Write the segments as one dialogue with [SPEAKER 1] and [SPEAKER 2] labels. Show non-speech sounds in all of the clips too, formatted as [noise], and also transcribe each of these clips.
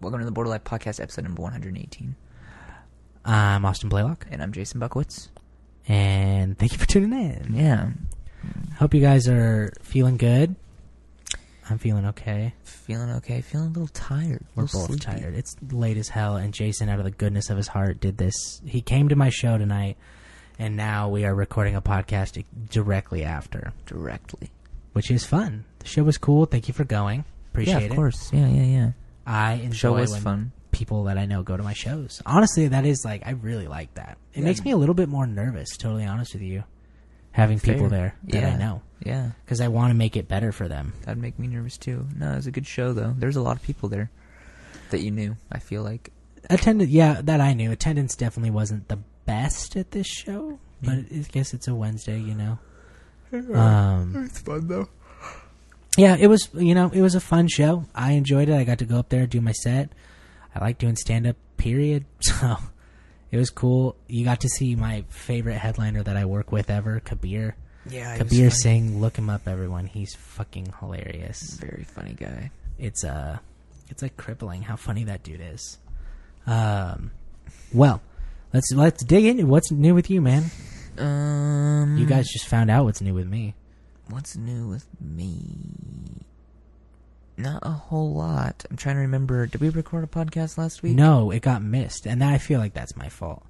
[SPEAKER 1] Welcome to the Borderlife Podcast, episode number 118.
[SPEAKER 2] I'm Austin Blaylock,
[SPEAKER 1] And I'm Jason Buckwitz.
[SPEAKER 2] and thank you for tuning in.
[SPEAKER 1] Yeah.
[SPEAKER 2] Hope you guys are feeling good. I'm feeling okay.
[SPEAKER 1] Feeling okay. Feeling a little tired. a
[SPEAKER 2] We're
[SPEAKER 1] little
[SPEAKER 2] both
[SPEAKER 1] sleepy.
[SPEAKER 2] tired. It's late as hell, and Jason, out of the goodness of his heart, did this. He came to my show tonight, and now we are recording a podcast directly after,
[SPEAKER 1] Directly.
[SPEAKER 2] which is fun. The show was cool. Thank you for going. Appreciate
[SPEAKER 1] yeah, of
[SPEAKER 2] it.
[SPEAKER 1] course. Yeah, yeah, yeah.
[SPEAKER 2] I enjoy
[SPEAKER 1] Show was
[SPEAKER 2] when
[SPEAKER 1] fun.
[SPEAKER 2] people that I know go to my shows. Honestly, that is like I really like that. It
[SPEAKER 1] Yeah.
[SPEAKER 2] makes me a little bit more nervous. Totally honest with you, having people there
[SPEAKER 1] Fair.
[SPEAKER 2] that
[SPEAKER 1] Yeah.
[SPEAKER 2] I know
[SPEAKER 1] Yeah.
[SPEAKER 2] because I want to make it better for them.
[SPEAKER 1] That'd make me nervous too. No, it was a good show though. There's a lot of people there that you knew, I feel like.
[SPEAKER 2] Attendance, yeah, that I knew. Attendance definitely wasn't the best at this show, but I guess it's a Wednesday, you know.
[SPEAKER 1] Uh,
[SPEAKER 2] Um,
[SPEAKER 1] It's fun though.
[SPEAKER 2] yeah, it was you know it was a fun show. I enjoyed it. I got to go up there do my set. I like doing stand up. Period. [laughs] So it was cool. You got to see my favorite headliner that I work with ever, Kabir.
[SPEAKER 1] Yeah,
[SPEAKER 2] Kabir Singh, look him up, everyone. He's fucking hilarious.
[SPEAKER 1] Very funny guy.
[SPEAKER 2] It's uh, it's like crippling how funny that dude is. Um, well, let's let's dig into what's new with you, man.
[SPEAKER 1] Um
[SPEAKER 2] You guys just found out what's new with me.
[SPEAKER 1] what's new with me? Not a whole lot. I'm trying to remember. Did we record a podcast last week?
[SPEAKER 2] No, it got missed, and I feel like that's my fault.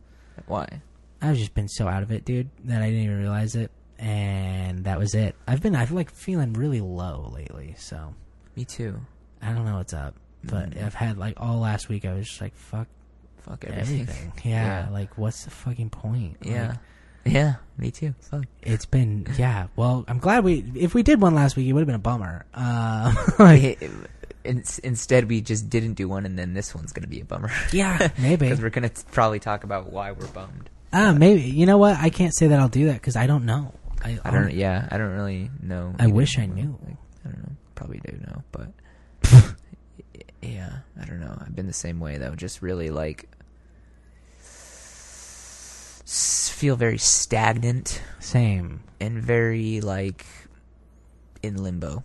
[SPEAKER 1] Why?
[SPEAKER 2] I've just been so out of it, dude, that I didn't even realize it, and that was it. I've been I've like feeling really low lately, so
[SPEAKER 1] Me too.
[SPEAKER 2] I don't know what's up. But
[SPEAKER 1] Mm.
[SPEAKER 2] I've had like all last week. I was just like, fuck
[SPEAKER 1] Fuck everything.
[SPEAKER 2] everything. [laughs] Yeah,
[SPEAKER 1] Yeah.
[SPEAKER 2] like what's the fucking point?
[SPEAKER 1] [laughs] Yeah.
[SPEAKER 2] Like,
[SPEAKER 1] yeah, me too. Fuck.
[SPEAKER 2] it's been yeah. Well, I'm glad we if we did one last week, it would have been a bummer. Uh, [laughs] [laughs] like,
[SPEAKER 1] In- instead, we just didn't do one, and then this one's gonna be a bummer. [laughs]
[SPEAKER 2] yeah, [laughs] maybe.
[SPEAKER 1] Because we're gonna t- probably talk about why we're bummed.
[SPEAKER 2] Ah, maybe. You know what? I can't say that I'll do that because I don't know. I,
[SPEAKER 1] I don't. e-, Yeah, I don't really know.
[SPEAKER 2] Oh. I
[SPEAKER 1] either.
[SPEAKER 2] wish I knew.
[SPEAKER 1] Like, I don't know. Probably do know,
[SPEAKER 2] [laughs]
[SPEAKER 1] but y- yeah, I don't know. I've been the same way though. Just really like s- feel very stagnant
[SPEAKER 2] Same.
[SPEAKER 1] and very like in limbo.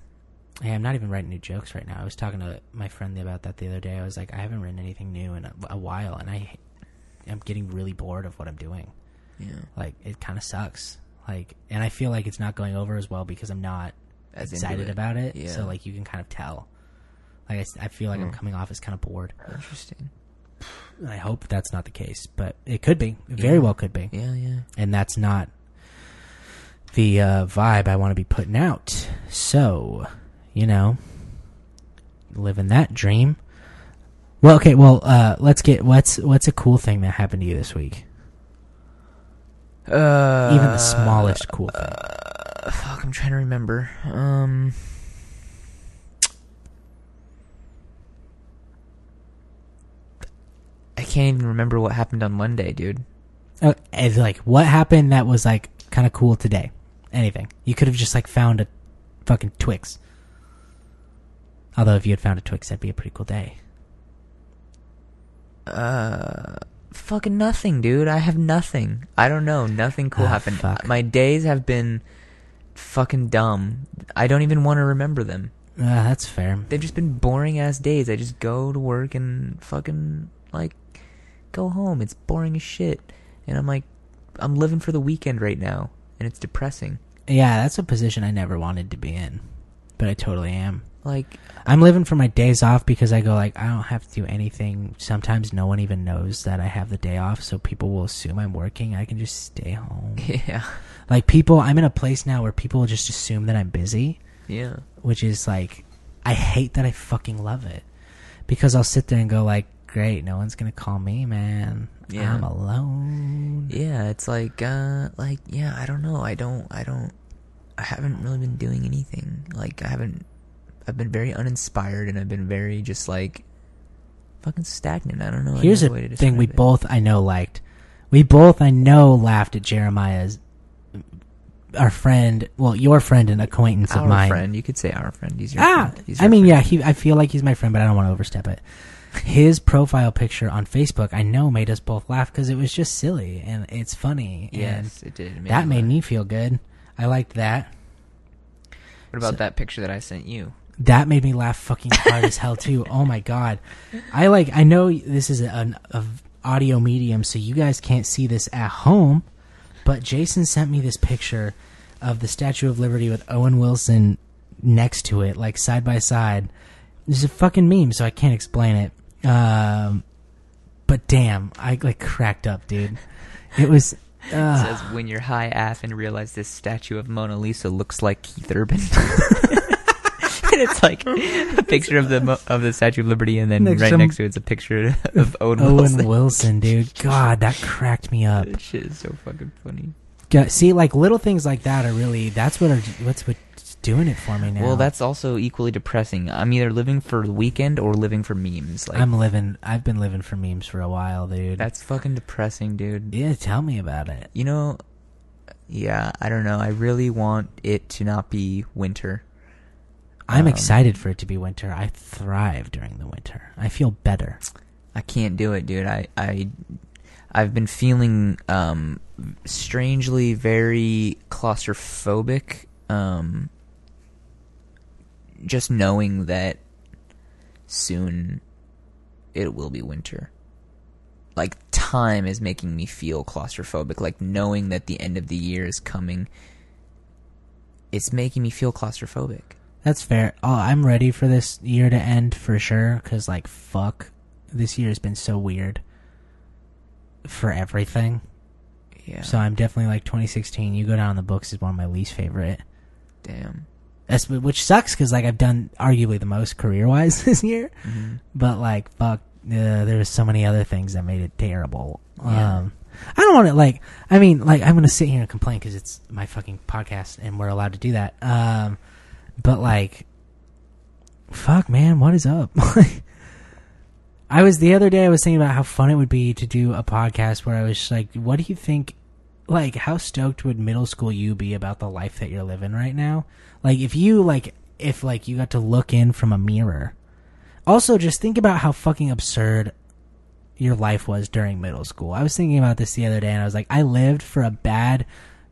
[SPEAKER 2] Hey, I'm not even writing new jokes right now. I was talking to my friend about that the other day. I was like, I haven't written anything new in a, a while, and I am getting really bored of what I'm doing.
[SPEAKER 1] Yeah,
[SPEAKER 2] Like, it kind of sucks. Like, and I feel like it's not going over as well because I'm not
[SPEAKER 1] As into
[SPEAKER 2] excited
[SPEAKER 1] it.
[SPEAKER 2] about it.
[SPEAKER 1] Yeah. Hmm.
[SPEAKER 2] So like, you can kind of tell. Like, I s- I, feel like I'm coming off as kind of bored.
[SPEAKER 1] interesting.
[SPEAKER 2] And I hope that's not the case, but it could be. It very
[SPEAKER 1] Yeah.
[SPEAKER 2] well could be.
[SPEAKER 1] Yeah, yeah.
[SPEAKER 2] And that's not the uh, vibe I want to be putting out. So, you know, living that dream. Well, okay. Well, uh, let's get what's what's a cool thing that happened to you this week?
[SPEAKER 1] Uh,
[SPEAKER 2] Even the smallest cool thing.
[SPEAKER 1] Uh, fuck, I'm trying to remember. Um, I can't even remember what happened on Monday, dude.
[SPEAKER 2] Uh, and, like what happened that was like kind of cool today? Anything you could have just like found a fucking Twix. Although if you had found a Twix, that'd be a pretty cool day.
[SPEAKER 1] Uh, fucking nothing, dude. I have nothing. I don't know. Nothing cool
[SPEAKER 2] Ah,
[SPEAKER 1] happened.
[SPEAKER 2] fuck.
[SPEAKER 1] My days have been fucking dumb. I don't even want to remember them.
[SPEAKER 2] Uh, that's fair.
[SPEAKER 1] They've just been boring ass days. I just go to work and fucking like go home. It's boring as shit. And I'm like I'm living for the weekend right now and it's depressing.
[SPEAKER 2] Yeah, that's a position I never wanted to be in, but I totally am.
[SPEAKER 1] Like [laughs]
[SPEAKER 2] I'm living for my days off because I go like I don't have to do anything. Sometimes no one even knows that I have the day off, so people will assume I'm working. I can just
[SPEAKER 1] [laughs]
[SPEAKER 2] stay home.
[SPEAKER 1] yeah.
[SPEAKER 2] like people, I'm in a place now where people just assume that I'm busy,
[SPEAKER 1] Yeah.
[SPEAKER 2] which is like I hate that I fucking love it because I'll sit there and go like, "Great, no one's gonna call me, man.
[SPEAKER 1] Yeah.
[SPEAKER 2] I'm alone."
[SPEAKER 1] Yeah, it's like uh like yeah, I don't know. I don't I don't I haven't really been doing anything. Like I haven't I've been very uninspired and I've been very just like fucking stagnant. I don't know.
[SPEAKER 2] Here's
[SPEAKER 1] another way
[SPEAKER 2] a
[SPEAKER 1] to
[SPEAKER 2] thing we
[SPEAKER 1] describe it.
[SPEAKER 2] both I know liked. We both I know laughed at Jeremiah's our friend, well, your friend and acquaintance
[SPEAKER 1] our
[SPEAKER 2] of mine.
[SPEAKER 1] friend, you could say our friend. He's your
[SPEAKER 2] Ah,
[SPEAKER 1] friend. He's
[SPEAKER 2] I
[SPEAKER 1] your
[SPEAKER 2] mean,
[SPEAKER 1] friend.
[SPEAKER 2] yeah, he. I feel like he's my friend, but I don't want to overstep it. His profile picture on Facebook, I know, made us both laugh because it was just silly and it's funny.
[SPEAKER 1] Yes, it did. It
[SPEAKER 2] and that made
[SPEAKER 1] laugh.
[SPEAKER 2] me feel good. I liked that.
[SPEAKER 1] What about
[SPEAKER 2] So-
[SPEAKER 1] that picture that I sent you?
[SPEAKER 2] that made me laugh fucking hard as hell too. Oh my god, I like. I know this is an a audio medium, so you guys can't see this at home, but Jason sent me this picture of the Statue of Liberty with Owen Wilson next to it, like side by side. This is a fucking meme, so I can't explain it. Um, but damn, I like cracked up, dude. It was.
[SPEAKER 1] It
[SPEAKER 2] Uh,
[SPEAKER 1] says when you're high af and realize this statue of Mona Lisa looks like Keith
[SPEAKER 2] [laughs]
[SPEAKER 1] Urban. [laughs] and it's like a picture of the mo- of the Statue of Liberty, and then
[SPEAKER 2] Next
[SPEAKER 1] right
[SPEAKER 2] to-
[SPEAKER 1] next to it's a picture [laughs] of Owen,
[SPEAKER 2] Owen
[SPEAKER 1] Wilson.
[SPEAKER 2] Wilson,
[SPEAKER 1] [laughs]
[SPEAKER 2] dude. God, that cracked me up.
[SPEAKER 1] That shit is so fucking funny.
[SPEAKER 2] Yeah, see, like little things like that are really that's what are what's what's doing it for me now.
[SPEAKER 1] Well, that's also equally depressing. I'm either living for the weekend or living for memes. Like
[SPEAKER 2] I'm living. I've been living for memes for a while, dude.
[SPEAKER 1] that's fucking depressing, dude.
[SPEAKER 2] yeah. Tell me about it.
[SPEAKER 1] You know, yeah, I don't know. I really want it to not be winter. Um,
[SPEAKER 2] I'm excited for it to be winter. I thrive during the winter. I feel better.
[SPEAKER 1] I can't do it, dude. I I I've been feeling um strangely very claustrophobic um just knowing that soon it will be winter. Like time is making me feel claustrophobic, like knowing that the end of the year is coming. It's making me feel claustrophobic.
[SPEAKER 2] That's fair. Oh, I'm ready for this year to end for sure. Cause like fuck, this year has been so weird for everything.
[SPEAKER 1] Yeah.
[SPEAKER 2] So I'm definitely like 2016. You go down in the books is one of my least favorite.
[SPEAKER 1] damn.
[SPEAKER 2] That's which sucks because like I've done arguably the most career wise [laughs] this year,
[SPEAKER 1] Mhm.
[SPEAKER 2] but like fuck, uh, there was so many other things that made it terrible.
[SPEAKER 1] Yeah.
[SPEAKER 2] Um, I don't want to like. I mean, like I'm gonna sit here and complain because it's my fucking podcast and we're allowed to do that. Um, but like, fuck, man, what is up? [laughs] I was the other day. I was thinking about how fun it would be to do a podcast where I was just like, "What do you think? Like, how stoked would middle school you be about the life that you're living right now? Like, if you like, if like you got to look in from a mirror. Also, just think about how fucking absurd your life was during middle school. I was thinking about this the other day, and I was like, I lived for a bad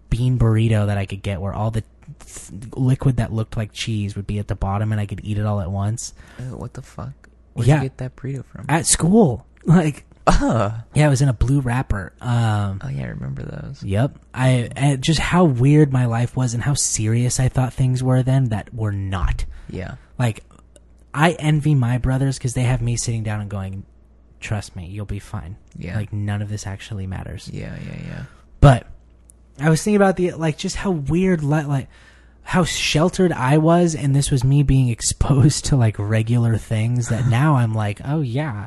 [SPEAKER 2] bean burrito that I could get, where all the th- liquid that looked like cheese would be at the bottom, and I could eat it all at once
[SPEAKER 1] Ew, Uh, what the fuck? Where'd
[SPEAKER 2] Yeah.
[SPEAKER 1] you get that burrito from?
[SPEAKER 2] at school. [laughs] Like,
[SPEAKER 1] Ugh.
[SPEAKER 2] yeah, it was in a blue wrapper. Um,
[SPEAKER 1] Uh-huh. Oh yeah, I remember those.
[SPEAKER 2] Yep. I and just how weird my life was and how serious I thought things were then that were not.
[SPEAKER 1] Yeah.
[SPEAKER 2] Like I envy my brothers cuz they have me sitting down and going, "Trust me, you'll be fine."
[SPEAKER 1] Yeah.
[SPEAKER 2] Like none of this actually matters.
[SPEAKER 1] Yeah, yeah, yeah.
[SPEAKER 2] But I was thinking about the like just how weird li- like how sheltered I was and this was me being [laughs] exposed to like regular things that now I'm like, "Oh yeah."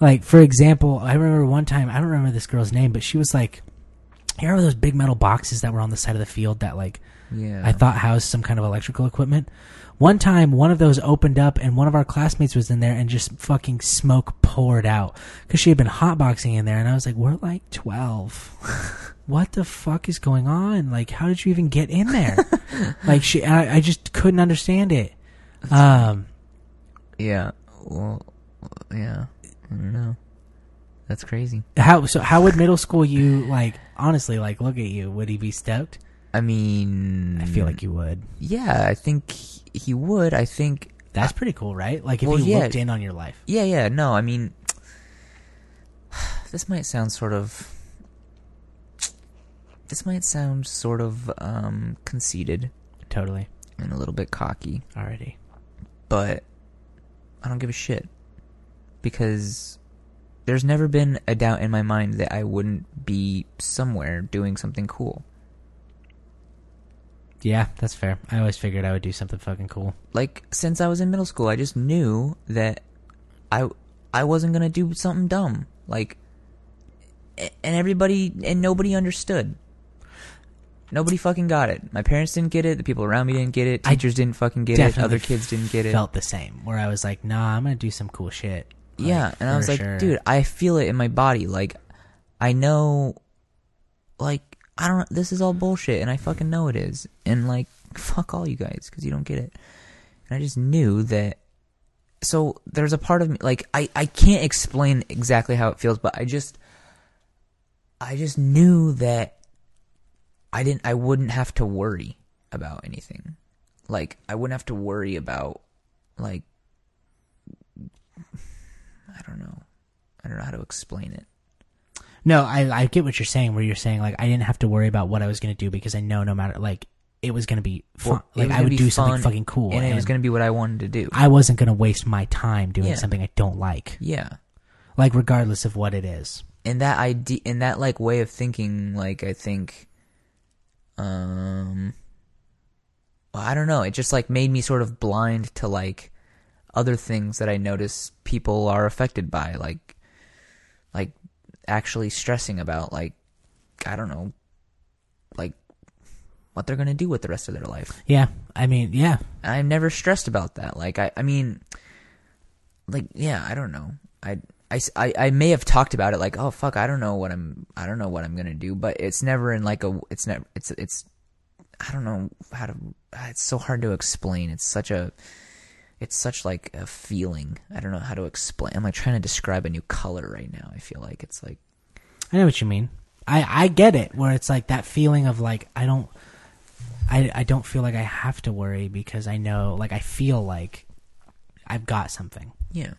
[SPEAKER 2] Like for example, I remember one time, I don't remember this girl's name, but she was like you remember those big metal boxes that were on the side of the field that like
[SPEAKER 1] Yeah.
[SPEAKER 2] I thought housed some kind of electrical equipment. One time, one of those opened up, and one of our classmates was in there, and just fucking smoke poured out because she had been hotboxing in there. And I was like, "We're like twelve. [laughs] what the fuck is going on? Like, how did you even get
[SPEAKER 1] [laughs]
[SPEAKER 2] in there? like, she, I, I just couldn't understand it. Um,
[SPEAKER 1] Yeah. Well yeah. I don't know. That's crazy.
[SPEAKER 2] how so? How would middle school you like? Honestly, like, look at you. Would he be stoked?
[SPEAKER 1] I mean
[SPEAKER 2] I feel like you would.
[SPEAKER 1] Yeah, I think he would. I think
[SPEAKER 2] That's pretty cool, right? Like, if
[SPEAKER 1] Well,
[SPEAKER 2] he
[SPEAKER 1] yeah.
[SPEAKER 2] looked in on your life.
[SPEAKER 1] Yeah, yeah, no, I mean [sighs] this might sound sort of this might sound sort of um conceited
[SPEAKER 2] Totally.
[SPEAKER 1] and a little bit cocky,
[SPEAKER 2] Already.
[SPEAKER 1] but I don't give a shit because there's never been a doubt in my mind that I wouldn't be somewhere doing something cool.
[SPEAKER 2] Yeah, that's fair. I always figured I would do something fucking cool.
[SPEAKER 1] Like since I was in middle school, I just knew that I I wasn't going to do something dumb. Like a- and everybody and nobody understood. Nobody fucking got it. My parents didn't get it. The people around me didn't get it.
[SPEAKER 2] I
[SPEAKER 1] Teachers didn't fucking get it.
[SPEAKER 2] Definitely
[SPEAKER 1] Other kids didn't get it.
[SPEAKER 2] Felt the same. Where I was like, nah, I'm gonna do some cool shit. Like,
[SPEAKER 1] yeah, and I
[SPEAKER 2] for
[SPEAKER 1] was like,
[SPEAKER 2] sure.
[SPEAKER 1] dude, I feel it in my body. Like, I know, like, I don't. This is all bullshit, and I fucking know it is. And like, [laughs] fuck all you guys because you don't get it. And I just knew that. So there's a part of me, like, I I can't explain exactly how it feels, but I just, I just knew that I didn't. I wouldn't have to worry about anything. Like, I wouldn't have to worry about like I don't know. I don't know how to explain it.
[SPEAKER 2] No, I I get what you're saying. Where you're saying like I didn't have to worry about what I was gonna do because I know no matter like it was gonna be fun.
[SPEAKER 1] Well, it
[SPEAKER 2] like
[SPEAKER 1] was
[SPEAKER 2] I
[SPEAKER 1] gonna
[SPEAKER 2] would
[SPEAKER 1] be
[SPEAKER 2] do something
[SPEAKER 1] fun,
[SPEAKER 2] fucking cool,
[SPEAKER 1] and it was
[SPEAKER 2] and
[SPEAKER 1] going to be what I wanted to do.
[SPEAKER 2] I wasn't gonna waste my time doing
[SPEAKER 1] Yeah.
[SPEAKER 2] something I don't like.
[SPEAKER 1] yeah.
[SPEAKER 2] Like regardless of what it is.
[SPEAKER 1] And that idea and that like way of thinking like I think um well, I don't know, it just like made me sort of blind to like other things that I notice people are affected by like like actually stressing about like I don't know like what they're going to do with the rest of their life.
[SPEAKER 2] Yeah, I mean, yeah,
[SPEAKER 1] And I'm never stressed about that. Like I, I mean, like yeah, I don't know. I, I, s- I- I may have talked about it like oh fuck I don't know what I'm I don't know what I'm gonna do but it's never in like a it's never it's it's I don't know how to ah, it's so hard to explain it's such a it's such like a feeling I don't know how to explain I'm like trying to describe a new color right now I feel like it's like
[SPEAKER 2] I know what you mean. I I get it. Where it's like that feeling of like I don't, I I don't feel like I have to worry because I know like I feel like I've got something.
[SPEAKER 1] Yeah.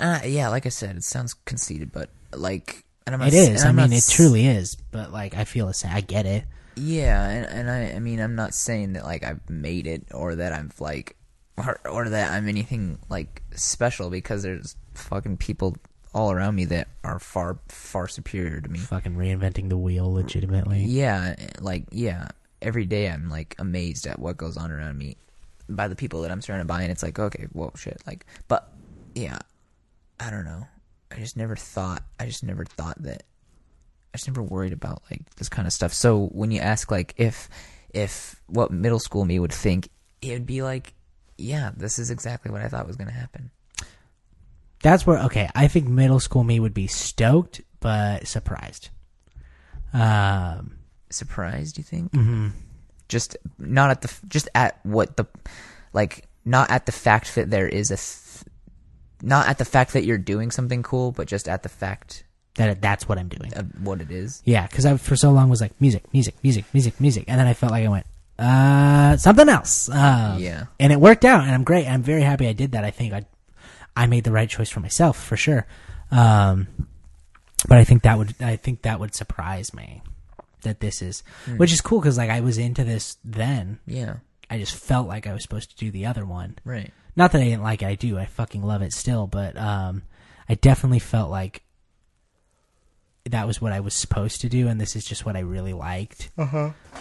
[SPEAKER 1] Uh, yeah, like I said, it sounds conceited, but like, and I'm not,
[SPEAKER 2] It
[SPEAKER 1] s-
[SPEAKER 2] is.
[SPEAKER 1] and
[SPEAKER 2] I
[SPEAKER 1] I'm
[SPEAKER 2] mean,
[SPEAKER 1] not
[SPEAKER 2] it
[SPEAKER 1] s-
[SPEAKER 2] truly is. But like, I feel the same. I get it.
[SPEAKER 1] Yeah, and, and I, I mean, I'm not saying that like I've made it or that I'm like, or, or that I'm anything like special because there's fucking people all around me that are far, far superior to me.
[SPEAKER 2] Fucking reinventing the wheel, legitimately.
[SPEAKER 1] Yeah, like yeah, every day I'm like amazed at what goes on around me by the people that I'm surrounded by, and it's like okay, whoa, shit, like, but yeah, I don't know. I just never thought. I just never thought that. I just never worried about like this kind of stuff. So when you ask like if if what middle school me would think, it would be like, yeah, this is exactly what I thought was going to happen.
[SPEAKER 2] That's where okay. I think middle school me would be stoked but surprised. Um.
[SPEAKER 1] Surprised, you think?
[SPEAKER 2] mhm.
[SPEAKER 1] just not at the just at what the like not at the fact that there is a th- not at the fact that you're doing something cool but just at the fact
[SPEAKER 2] That that's what I'm doing.
[SPEAKER 1] of what it is
[SPEAKER 2] Yeah, because I for so long was like music, music, music, music, music, and then I felt like I went uh something else. Um,
[SPEAKER 1] Yeah.
[SPEAKER 2] and it worked out, and I'm great. and I'm very happy I did that. I think I I made the right choice for myself for sure. Um, but I think that would I think that would surprise me that this is, which is cool because like I was into this then.
[SPEAKER 1] yeah
[SPEAKER 2] I just felt like I was supposed to do the other one.
[SPEAKER 1] right
[SPEAKER 2] Not that I didn't like it, I do. I fucking love it still, but um, I definitely felt like that was what I was supposed to do, and this is just what I really liked.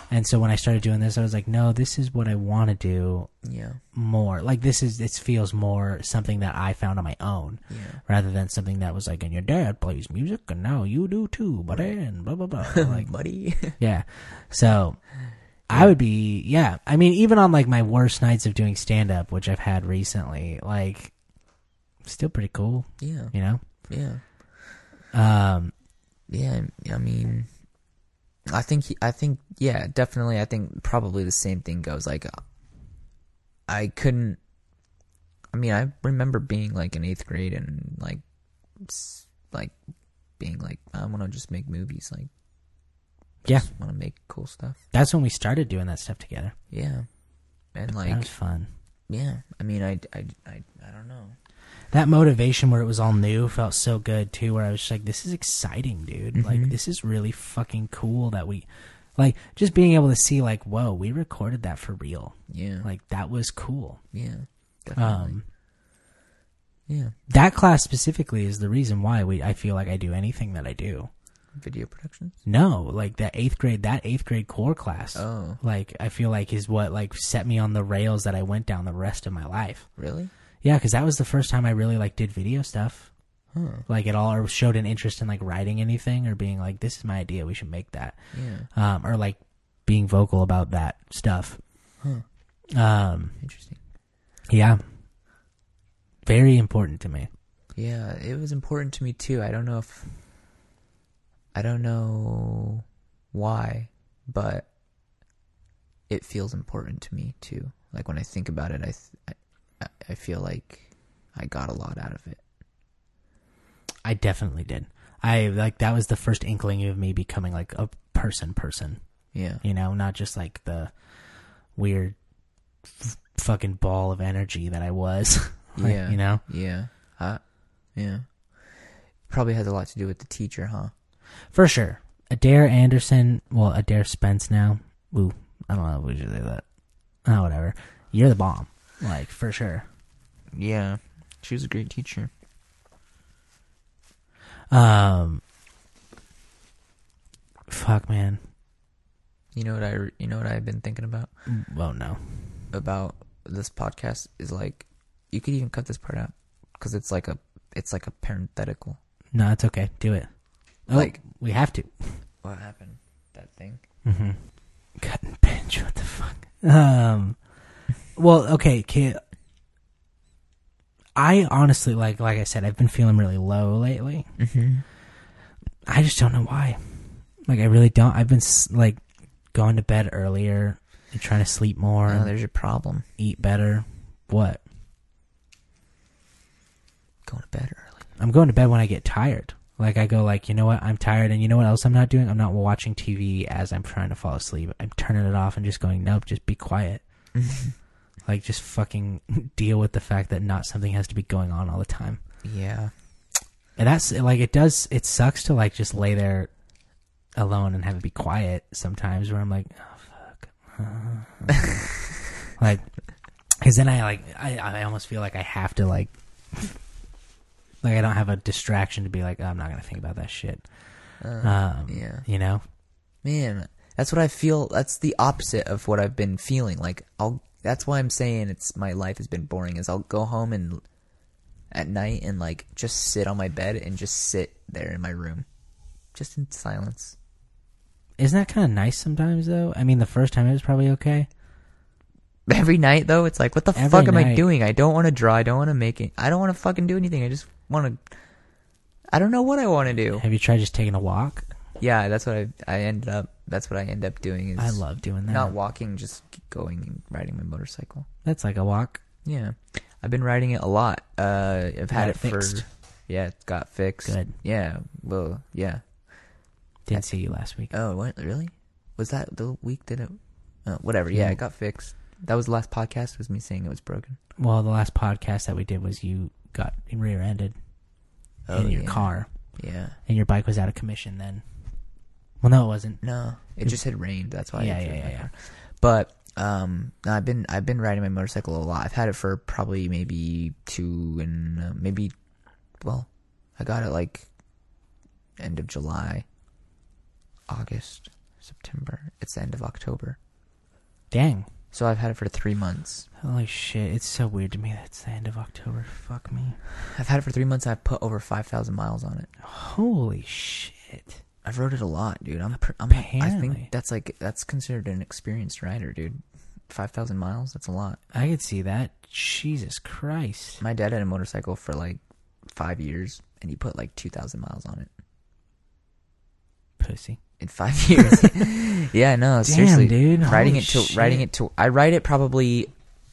[SPEAKER 2] And so when I started doing this, I was like, no, this is what I want to do
[SPEAKER 1] yeah
[SPEAKER 2] more. Like this is this feels more something that I found on my own, [laughs]
[SPEAKER 1] Yeah.
[SPEAKER 2] rather than something that was like, and your dad plays music, and now you do too, but and blah blah blah.
[SPEAKER 1] [laughs]
[SPEAKER 2] like
[SPEAKER 1] buddy
[SPEAKER 2] yeah. So I would be yeah. I mean, even on like my worst nights of doing stand up, which I've had recently, like still pretty cool,
[SPEAKER 1] yeah
[SPEAKER 2] you know?
[SPEAKER 1] yeah
[SPEAKER 2] Um
[SPEAKER 1] yeah i mean i think i think yeah definitely i think probably the same thing goes like i couldn't i mean i remember being like in eighth grade and like s- like being like i want to just make movies like
[SPEAKER 2] yeah.
[SPEAKER 1] just want to make cool stuff
[SPEAKER 2] That's when we started doing that stuff together.
[SPEAKER 1] yeah and
[SPEAKER 2] that
[SPEAKER 1] like
[SPEAKER 2] was fun.
[SPEAKER 1] yeah i mean i i i, I don't know
[SPEAKER 2] That motivation where it was all new felt so good too, where I was just like, This is exciting, dude.
[SPEAKER 1] Mm-hmm.
[SPEAKER 2] Like this is really fucking cool that we like just being able to see like, whoa, we recorded that for real.
[SPEAKER 1] yeah like
[SPEAKER 2] Like that was cool.
[SPEAKER 1] yeah definitely
[SPEAKER 2] Um
[SPEAKER 1] yeah
[SPEAKER 2] that class specifically is the reason why we I feel like I do anything that I do.
[SPEAKER 1] video productions
[SPEAKER 2] No, like that eighth grade that eighth grade core class.
[SPEAKER 1] oh
[SPEAKER 2] Like I feel like is what like set me on the rails that I went down the rest of my life.
[SPEAKER 1] really
[SPEAKER 2] Yeah, because that was the first time I really like did video stuff.
[SPEAKER 1] huh
[SPEAKER 2] Like at all or showed an interest in like writing anything or being like, This is my idea, we should make that.
[SPEAKER 1] yeah
[SPEAKER 2] Um or like being vocal about that stuff. Um
[SPEAKER 1] interesting
[SPEAKER 2] yeah. Very important to me.
[SPEAKER 1] Yeah, it was important to me too. I don't know if I don't know why, but it feels important to me too. Like when I think about it, I th- I, I feel like I got a lot out of it.
[SPEAKER 2] I definitely did. I like that was the first inkling of me becoming like a person person,
[SPEAKER 1] Yeah.
[SPEAKER 2] you know, not just like the weird f- fucking ball of energy that I was. [laughs] Like,
[SPEAKER 1] yeah.
[SPEAKER 2] You know?
[SPEAKER 1] Yeah. Uh, yeah. Probably has a lot to do with the teacher, huh?
[SPEAKER 2] For sure. Adair Anderson, well, Adair Spence now. Ooh, I don't know if we should say that. Oh, whatever. You're the bomb. Like, for sure.
[SPEAKER 1] Yeah. She was a great teacher.
[SPEAKER 2] Um, fuck, man.
[SPEAKER 1] You know what I you know what I've been thinking about
[SPEAKER 2] Oh, no.
[SPEAKER 1] about this podcast is like you could even cut this part out cuz it's like a it's like a parenthetical.
[SPEAKER 2] No, it's okay. Do it. Oh,
[SPEAKER 1] Like-
[SPEAKER 2] we have to.
[SPEAKER 1] What happened? That thing.
[SPEAKER 2] Mm-hmm. Cut and pinch. What the fuck? Um. Well, okay, kid. I honestly like, like I said, I've been feeling really low lately.
[SPEAKER 1] Mhm.
[SPEAKER 2] I just don't know why. Like, I really don't. I've been s- like going to bed earlier and trying to sleep more
[SPEAKER 1] Now
[SPEAKER 2] and
[SPEAKER 1] Oh, there's your problem.
[SPEAKER 2] eat better. What?
[SPEAKER 1] Going to bed early.
[SPEAKER 2] I'm going to bed when I get tired. Like I go like, you know what? I'm tired and you know what else I'm not doing? I'm not watching TV as I'm trying to fall asleep. I'm turning it off and just going, "Nope, just be quiet." like just fucking [laughs] deal with the fact that not something has to be going on all the time.
[SPEAKER 1] Yeah.
[SPEAKER 2] And that's like it does it sucks to like just lay there alone and have it be quiet sometimes where I'm like, "Oh fuck." [laughs] like cuz then I like I I almost feel like I have to like like I don't have a distraction to be like, "Oh, I'm not going to think about that shit.
[SPEAKER 1] Uh,
[SPEAKER 2] Um,
[SPEAKER 1] yeah.
[SPEAKER 2] You know?
[SPEAKER 1] man, that's what I feel. That's the opposite of what I've been feeling. Like I'll. That's why I'm saying it's my life has been boring. Is I'll go home and at night and like just sit on my bed and just sit there in my room, just in silence.
[SPEAKER 2] Isn't that kind of nice sometimes though? I mean, the first time it was probably okay.
[SPEAKER 1] Every night though, it's like, what the
[SPEAKER 2] Every
[SPEAKER 1] fuck am I
[SPEAKER 2] night.
[SPEAKER 1] doing? I don't want to draw. I don't want to make it. I don't want to fucking do anything. I just want to. I don't know what I want to do.
[SPEAKER 2] Have you tried just taking a walk?
[SPEAKER 1] Yeah, that's what I. I ended up. That's what I end up doing. Is
[SPEAKER 2] I love doing that.
[SPEAKER 1] not walking, just going and riding my motorcycle.
[SPEAKER 2] That's like a walk.
[SPEAKER 1] Yeah, I've been riding it a lot. Uh, I've
[SPEAKER 2] Got
[SPEAKER 1] had
[SPEAKER 2] it
[SPEAKER 1] it,
[SPEAKER 2] fixed.
[SPEAKER 1] for yeah, it got fixed.
[SPEAKER 2] Good.
[SPEAKER 1] Yeah, well, yeah.
[SPEAKER 2] Didn't see you last week.
[SPEAKER 1] Oh, what really? Was that the week that it? Uh, whatever. Yeah, it got fixed. That was the last podcast. Was me saying it was broken.
[SPEAKER 2] Well, the last podcast that we did was you got rear-ended in your
[SPEAKER 1] Oh, yeah.
[SPEAKER 2] car,
[SPEAKER 1] Yeah.
[SPEAKER 2] and your bike was out of commission then. Well, no, it wasn't.
[SPEAKER 1] No, it just had rained. That's why. I
[SPEAKER 2] Yeah,
[SPEAKER 1] drove
[SPEAKER 2] yeah,
[SPEAKER 1] my
[SPEAKER 2] yeah,
[SPEAKER 1] car. But um, no, I've been I've been riding my motorcycle a lot. I've had it for probably maybe two and uh, maybe, well, I got it like end of July, August, September. It's the end of October,
[SPEAKER 2] Dang.
[SPEAKER 1] so I've had it for three months.
[SPEAKER 2] Holy shit! It's so weird to me that it's the end of October. Fuck me.
[SPEAKER 1] I've had it for three months. and I've put over five thousand miles on it.
[SPEAKER 2] Holy shit!
[SPEAKER 1] I've rode it a lot, dude. I'm pr- I'm I
[SPEAKER 2] Apparently.
[SPEAKER 1] think that's like that's considered an experienced rider, dude. Five thousand miles. That's a lot.
[SPEAKER 2] I could see that. Jesus Christ!
[SPEAKER 1] My dad had a motorcycle for like five years, and he put like two thousand miles on it
[SPEAKER 2] Pussy.
[SPEAKER 1] in five [laughs] years. yeah, no, seriously,
[SPEAKER 2] dude.
[SPEAKER 1] Riding
[SPEAKER 2] Holy
[SPEAKER 1] it to riding
[SPEAKER 2] shit.
[SPEAKER 1] it to I ride it probably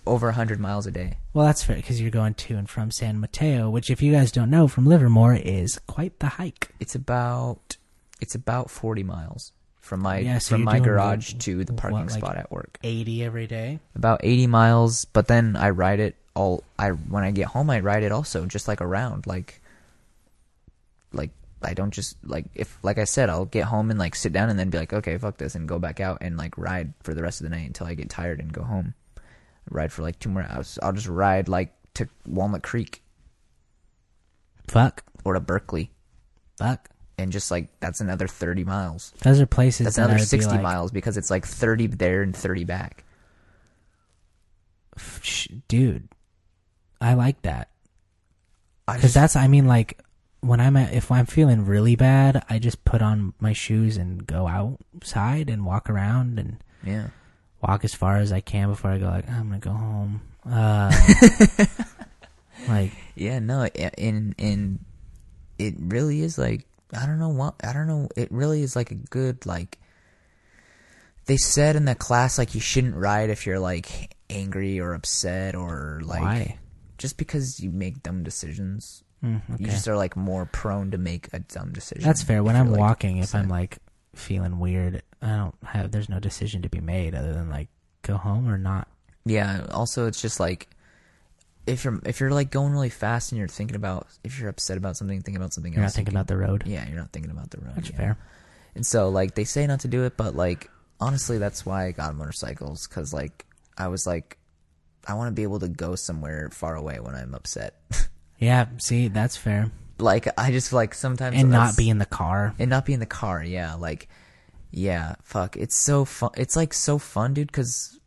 [SPEAKER 1] over hundred miles a day.
[SPEAKER 2] Well, that's fair because you're going to and from San Mateo, which, if you guys don't know, from Livermore is quite the hike.
[SPEAKER 1] It's about it's about forty miles from my
[SPEAKER 2] Yeah, so
[SPEAKER 1] from
[SPEAKER 2] you're
[SPEAKER 1] my
[SPEAKER 2] doing
[SPEAKER 1] garage
[SPEAKER 2] what-
[SPEAKER 1] to the
[SPEAKER 2] what,
[SPEAKER 1] parking
[SPEAKER 2] like-
[SPEAKER 1] spot at work.
[SPEAKER 2] Eighty every day.
[SPEAKER 1] About eighty miles, but then I ride it all. I when I get home, I ride it also just like around like like I don't just like if like I said I'll get home and like sit down and then be like okay fuck this and go back out and like ride for the rest of the night until I get tired and go home. Ride for like two more hours. I'll just ride like to Walnut Creek
[SPEAKER 2] Fuck.
[SPEAKER 1] or to Berkeley
[SPEAKER 2] Fuck.
[SPEAKER 1] and just like that's another 30 miles.
[SPEAKER 2] Those are places.
[SPEAKER 1] That's
[SPEAKER 2] that I
[SPEAKER 1] another
[SPEAKER 2] would be
[SPEAKER 1] 60
[SPEAKER 2] like,
[SPEAKER 1] miles because it's like 30 there and 30 back.
[SPEAKER 2] "F- sh- Dude, I like that
[SPEAKER 1] I
[SPEAKER 2] because
[SPEAKER 1] just,
[SPEAKER 2] that's. I mean, like when I'm at, if I'm feeling really bad, I just put on my shoes and go outside and walk around and
[SPEAKER 1] yeah.
[SPEAKER 2] walk as far as I can before I go. Like I'm gonna go home.
[SPEAKER 1] [laughs]
[SPEAKER 2] Uh, like
[SPEAKER 1] Yeah, no, i- in in it really is like I don't know what I don't know. It really is like a good like they said in the class like you shouldn't ride if you're like angry or upset or like
[SPEAKER 2] Why?
[SPEAKER 1] just because you make dumb decisions.
[SPEAKER 2] mm, okay.
[SPEAKER 1] You just are like more prone to make a dumb decision.
[SPEAKER 2] That's fair.
[SPEAKER 1] if
[SPEAKER 2] When
[SPEAKER 1] you're,
[SPEAKER 2] I'm
[SPEAKER 1] like,
[SPEAKER 2] walking, if I'm
[SPEAKER 1] upset.
[SPEAKER 2] like feeling weird, I don't have. There's no decision to be made other than like go home or not.
[SPEAKER 1] yeah. Also, it's just like if you're if you're like going really fast and you're thinking about if you're upset about something, thinking about something
[SPEAKER 2] You're not
[SPEAKER 1] else. you
[SPEAKER 2] thinking about the road.
[SPEAKER 1] can- yeah, you're not thinking about the road.
[SPEAKER 2] That's
[SPEAKER 1] yeah.
[SPEAKER 2] fair.
[SPEAKER 1] And so like they say not to do it, but like honestly, that's why I got motorcycles because like I was like I want to be able to go somewhere far away when I'm upset. [laughs]
[SPEAKER 2] Yeah, see, that's fair.
[SPEAKER 1] like I just like sometimes
[SPEAKER 2] And
[SPEAKER 1] that's-
[SPEAKER 2] not be in the car.
[SPEAKER 1] and not be in the car. Yeah, like, yeah, fuck. It's so fun. It's like so fun, dude. Because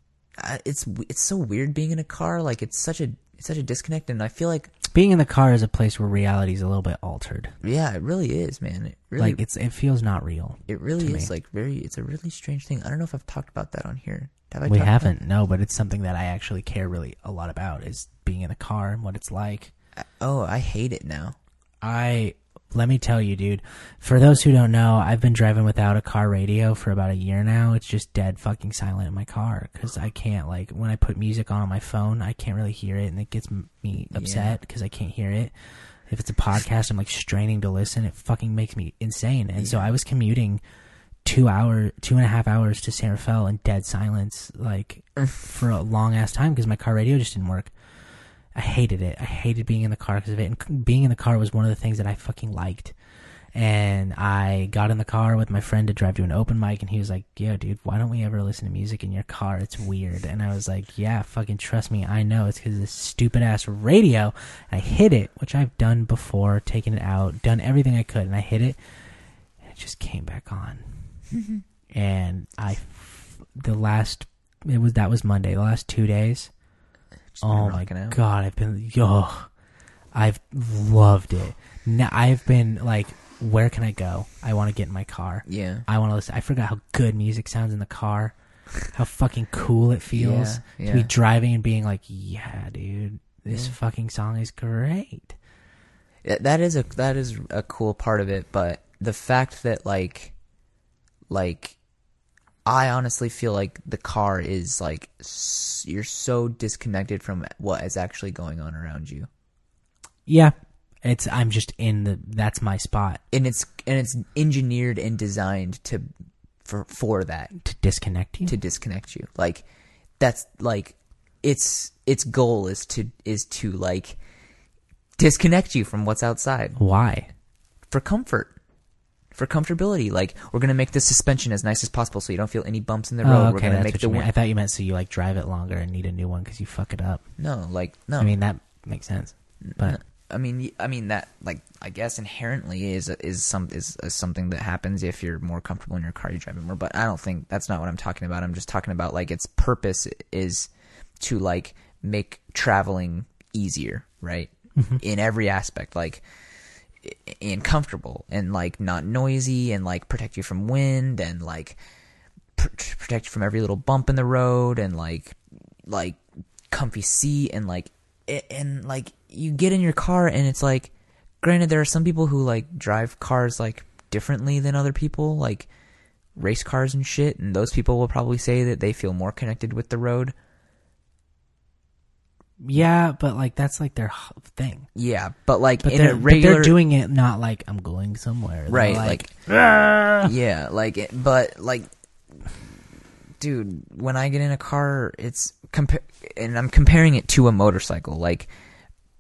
[SPEAKER 1] it's w- it's so weird being in a car. Like, it's such a it's such a disconnect, and I feel like
[SPEAKER 2] Being in the car is a place where reality's a little bit altered.
[SPEAKER 1] yeah, it really is, man. It really,
[SPEAKER 2] like it's it feels not real.
[SPEAKER 1] it really
[SPEAKER 2] to
[SPEAKER 1] is
[SPEAKER 2] me.
[SPEAKER 1] like very. It's a really strange thing. I don't know if I've talked about that on here. Have I
[SPEAKER 2] we
[SPEAKER 1] talked
[SPEAKER 2] haven't, no, but it's something that I actually care really a lot about is being in the car and what it's like.
[SPEAKER 1] About? Oh, I hate it now.
[SPEAKER 2] I let me tell you, dude. For those who don't know, I've been driving without a car radio for about a year now. It's just dead fucking silent in my car because I can't like when I put music on on my phone, I can't really hear it, and it gets m- me upset because I can't hear it. If it's a podcast, I'm like straining to listen. It fucking makes me insane. And so I was commuting two hour, two and a half hours to San Rafael in dead silence, like for a long ass time because my car radio just didn't work. I hated it. I hated being in the car because of it. And c- being in the car was one of the things that I fucking liked. And I got in the car with my friend to drive to an open mic, and he was like, "Yeah, dude, why don't we ever listen to music in your car? It's weird." And I was like, "Yeah, fucking trust me, I know. It's because this stupid ass radio. I hit it, which I've done before, taken it out, done everything I could, and I hit it, and it just came back on. and I, f- the last, it was that was Monday. The last two days,
[SPEAKER 1] Just been
[SPEAKER 2] Oh my
[SPEAKER 1] rocking out.
[SPEAKER 2] god, I've been yo, I've loved it. Now I've been like, where can I go? I want to get in my car.
[SPEAKER 1] Yeah.
[SPEAKER 2] I want to listen. I forgot how good music sounds in the car. How fucking cool it feels
[SPEAKER 1] Yeah,
[SPEAKER 2] to be
[SPEAKER 1] yeah.
[SPEAKER 2] driving and being like, yeah, dude, this
[SPEAKER 1] Yeah.
[SPEAKER 2] fucking song is great.
[SPEAKER 1] Th- that is a that is a cool part of it but the fact that like like i honestly feel like the car is like s- you're so disconnected from what is actually going on around you
[SPEAKER 2] Yeah, it's. I'm just in the. That's my spot
[SPEAKER 1] and it's and it's engineered and designed to for for that
[SPEAKER 2] to disconnect you.
[SPEAKER 1] to disconnect you like that's like its its goal is to is to like disconnect you from what's outside
[SPEAKER 2] Why?
[SPEAKER 1] for comfort for comfortability like we're going to make the suspension as nice as possible so you don't feel any bumps in the road
[SPEAKER 2] Oh,
[SPEAKER 1] we're
[SPEAKER 2] okay,
[SPEAKER 1] going to
[SPEAKER 2] that's
[SPEAKER 1] make
[SPEAKER 2] what
[SPEAKER 1] the
[SPEAKER 2] you meant.
[SPEAKER 1] wind
[SPEAKER 2] I thought you meant so you like drive it longer and need a new one because you fuck it up.
[SPEAKER 1] no like no
[SPEAKER 2] I mean that makes sense, but
[SPEAKER 1] i mean y- i mean that like i guess inherently is is some is, is something that happens if you're more comfortable in your car you drive it more but i don't think that's not what i'm talking about i'm just talking about like its purpose is to like make traveling easier right in every aspect like i- and comfortable and like not noisy and like protect you from wind and like pr- to protect you from every little bump in the road and like like comfy seat and like it, and like you get in your car and it's like granted there are some people who like drive cars like differently than other people like race cars and shit and those people will probably say that they feel more connected with the road
[SPEAKER 2] Yeah, but like that's like their h- thing.
[SPEAKER 1] yeah but like
[SPEAKER 2] But
[SPEAKER 1] in
[SPEAKER 2] they're
[SPEAKER 1] a regular
[SPEAKER 2] but they're doing it not like I'm going somewhere. They're
[SPEAKER 1] right
[SPEAKER 2] Like,
[SPEAKER 1] like, "Ah!" yeah like it, but like dude when i get in a car it's compa- and i'm comparing it to a motorcycle like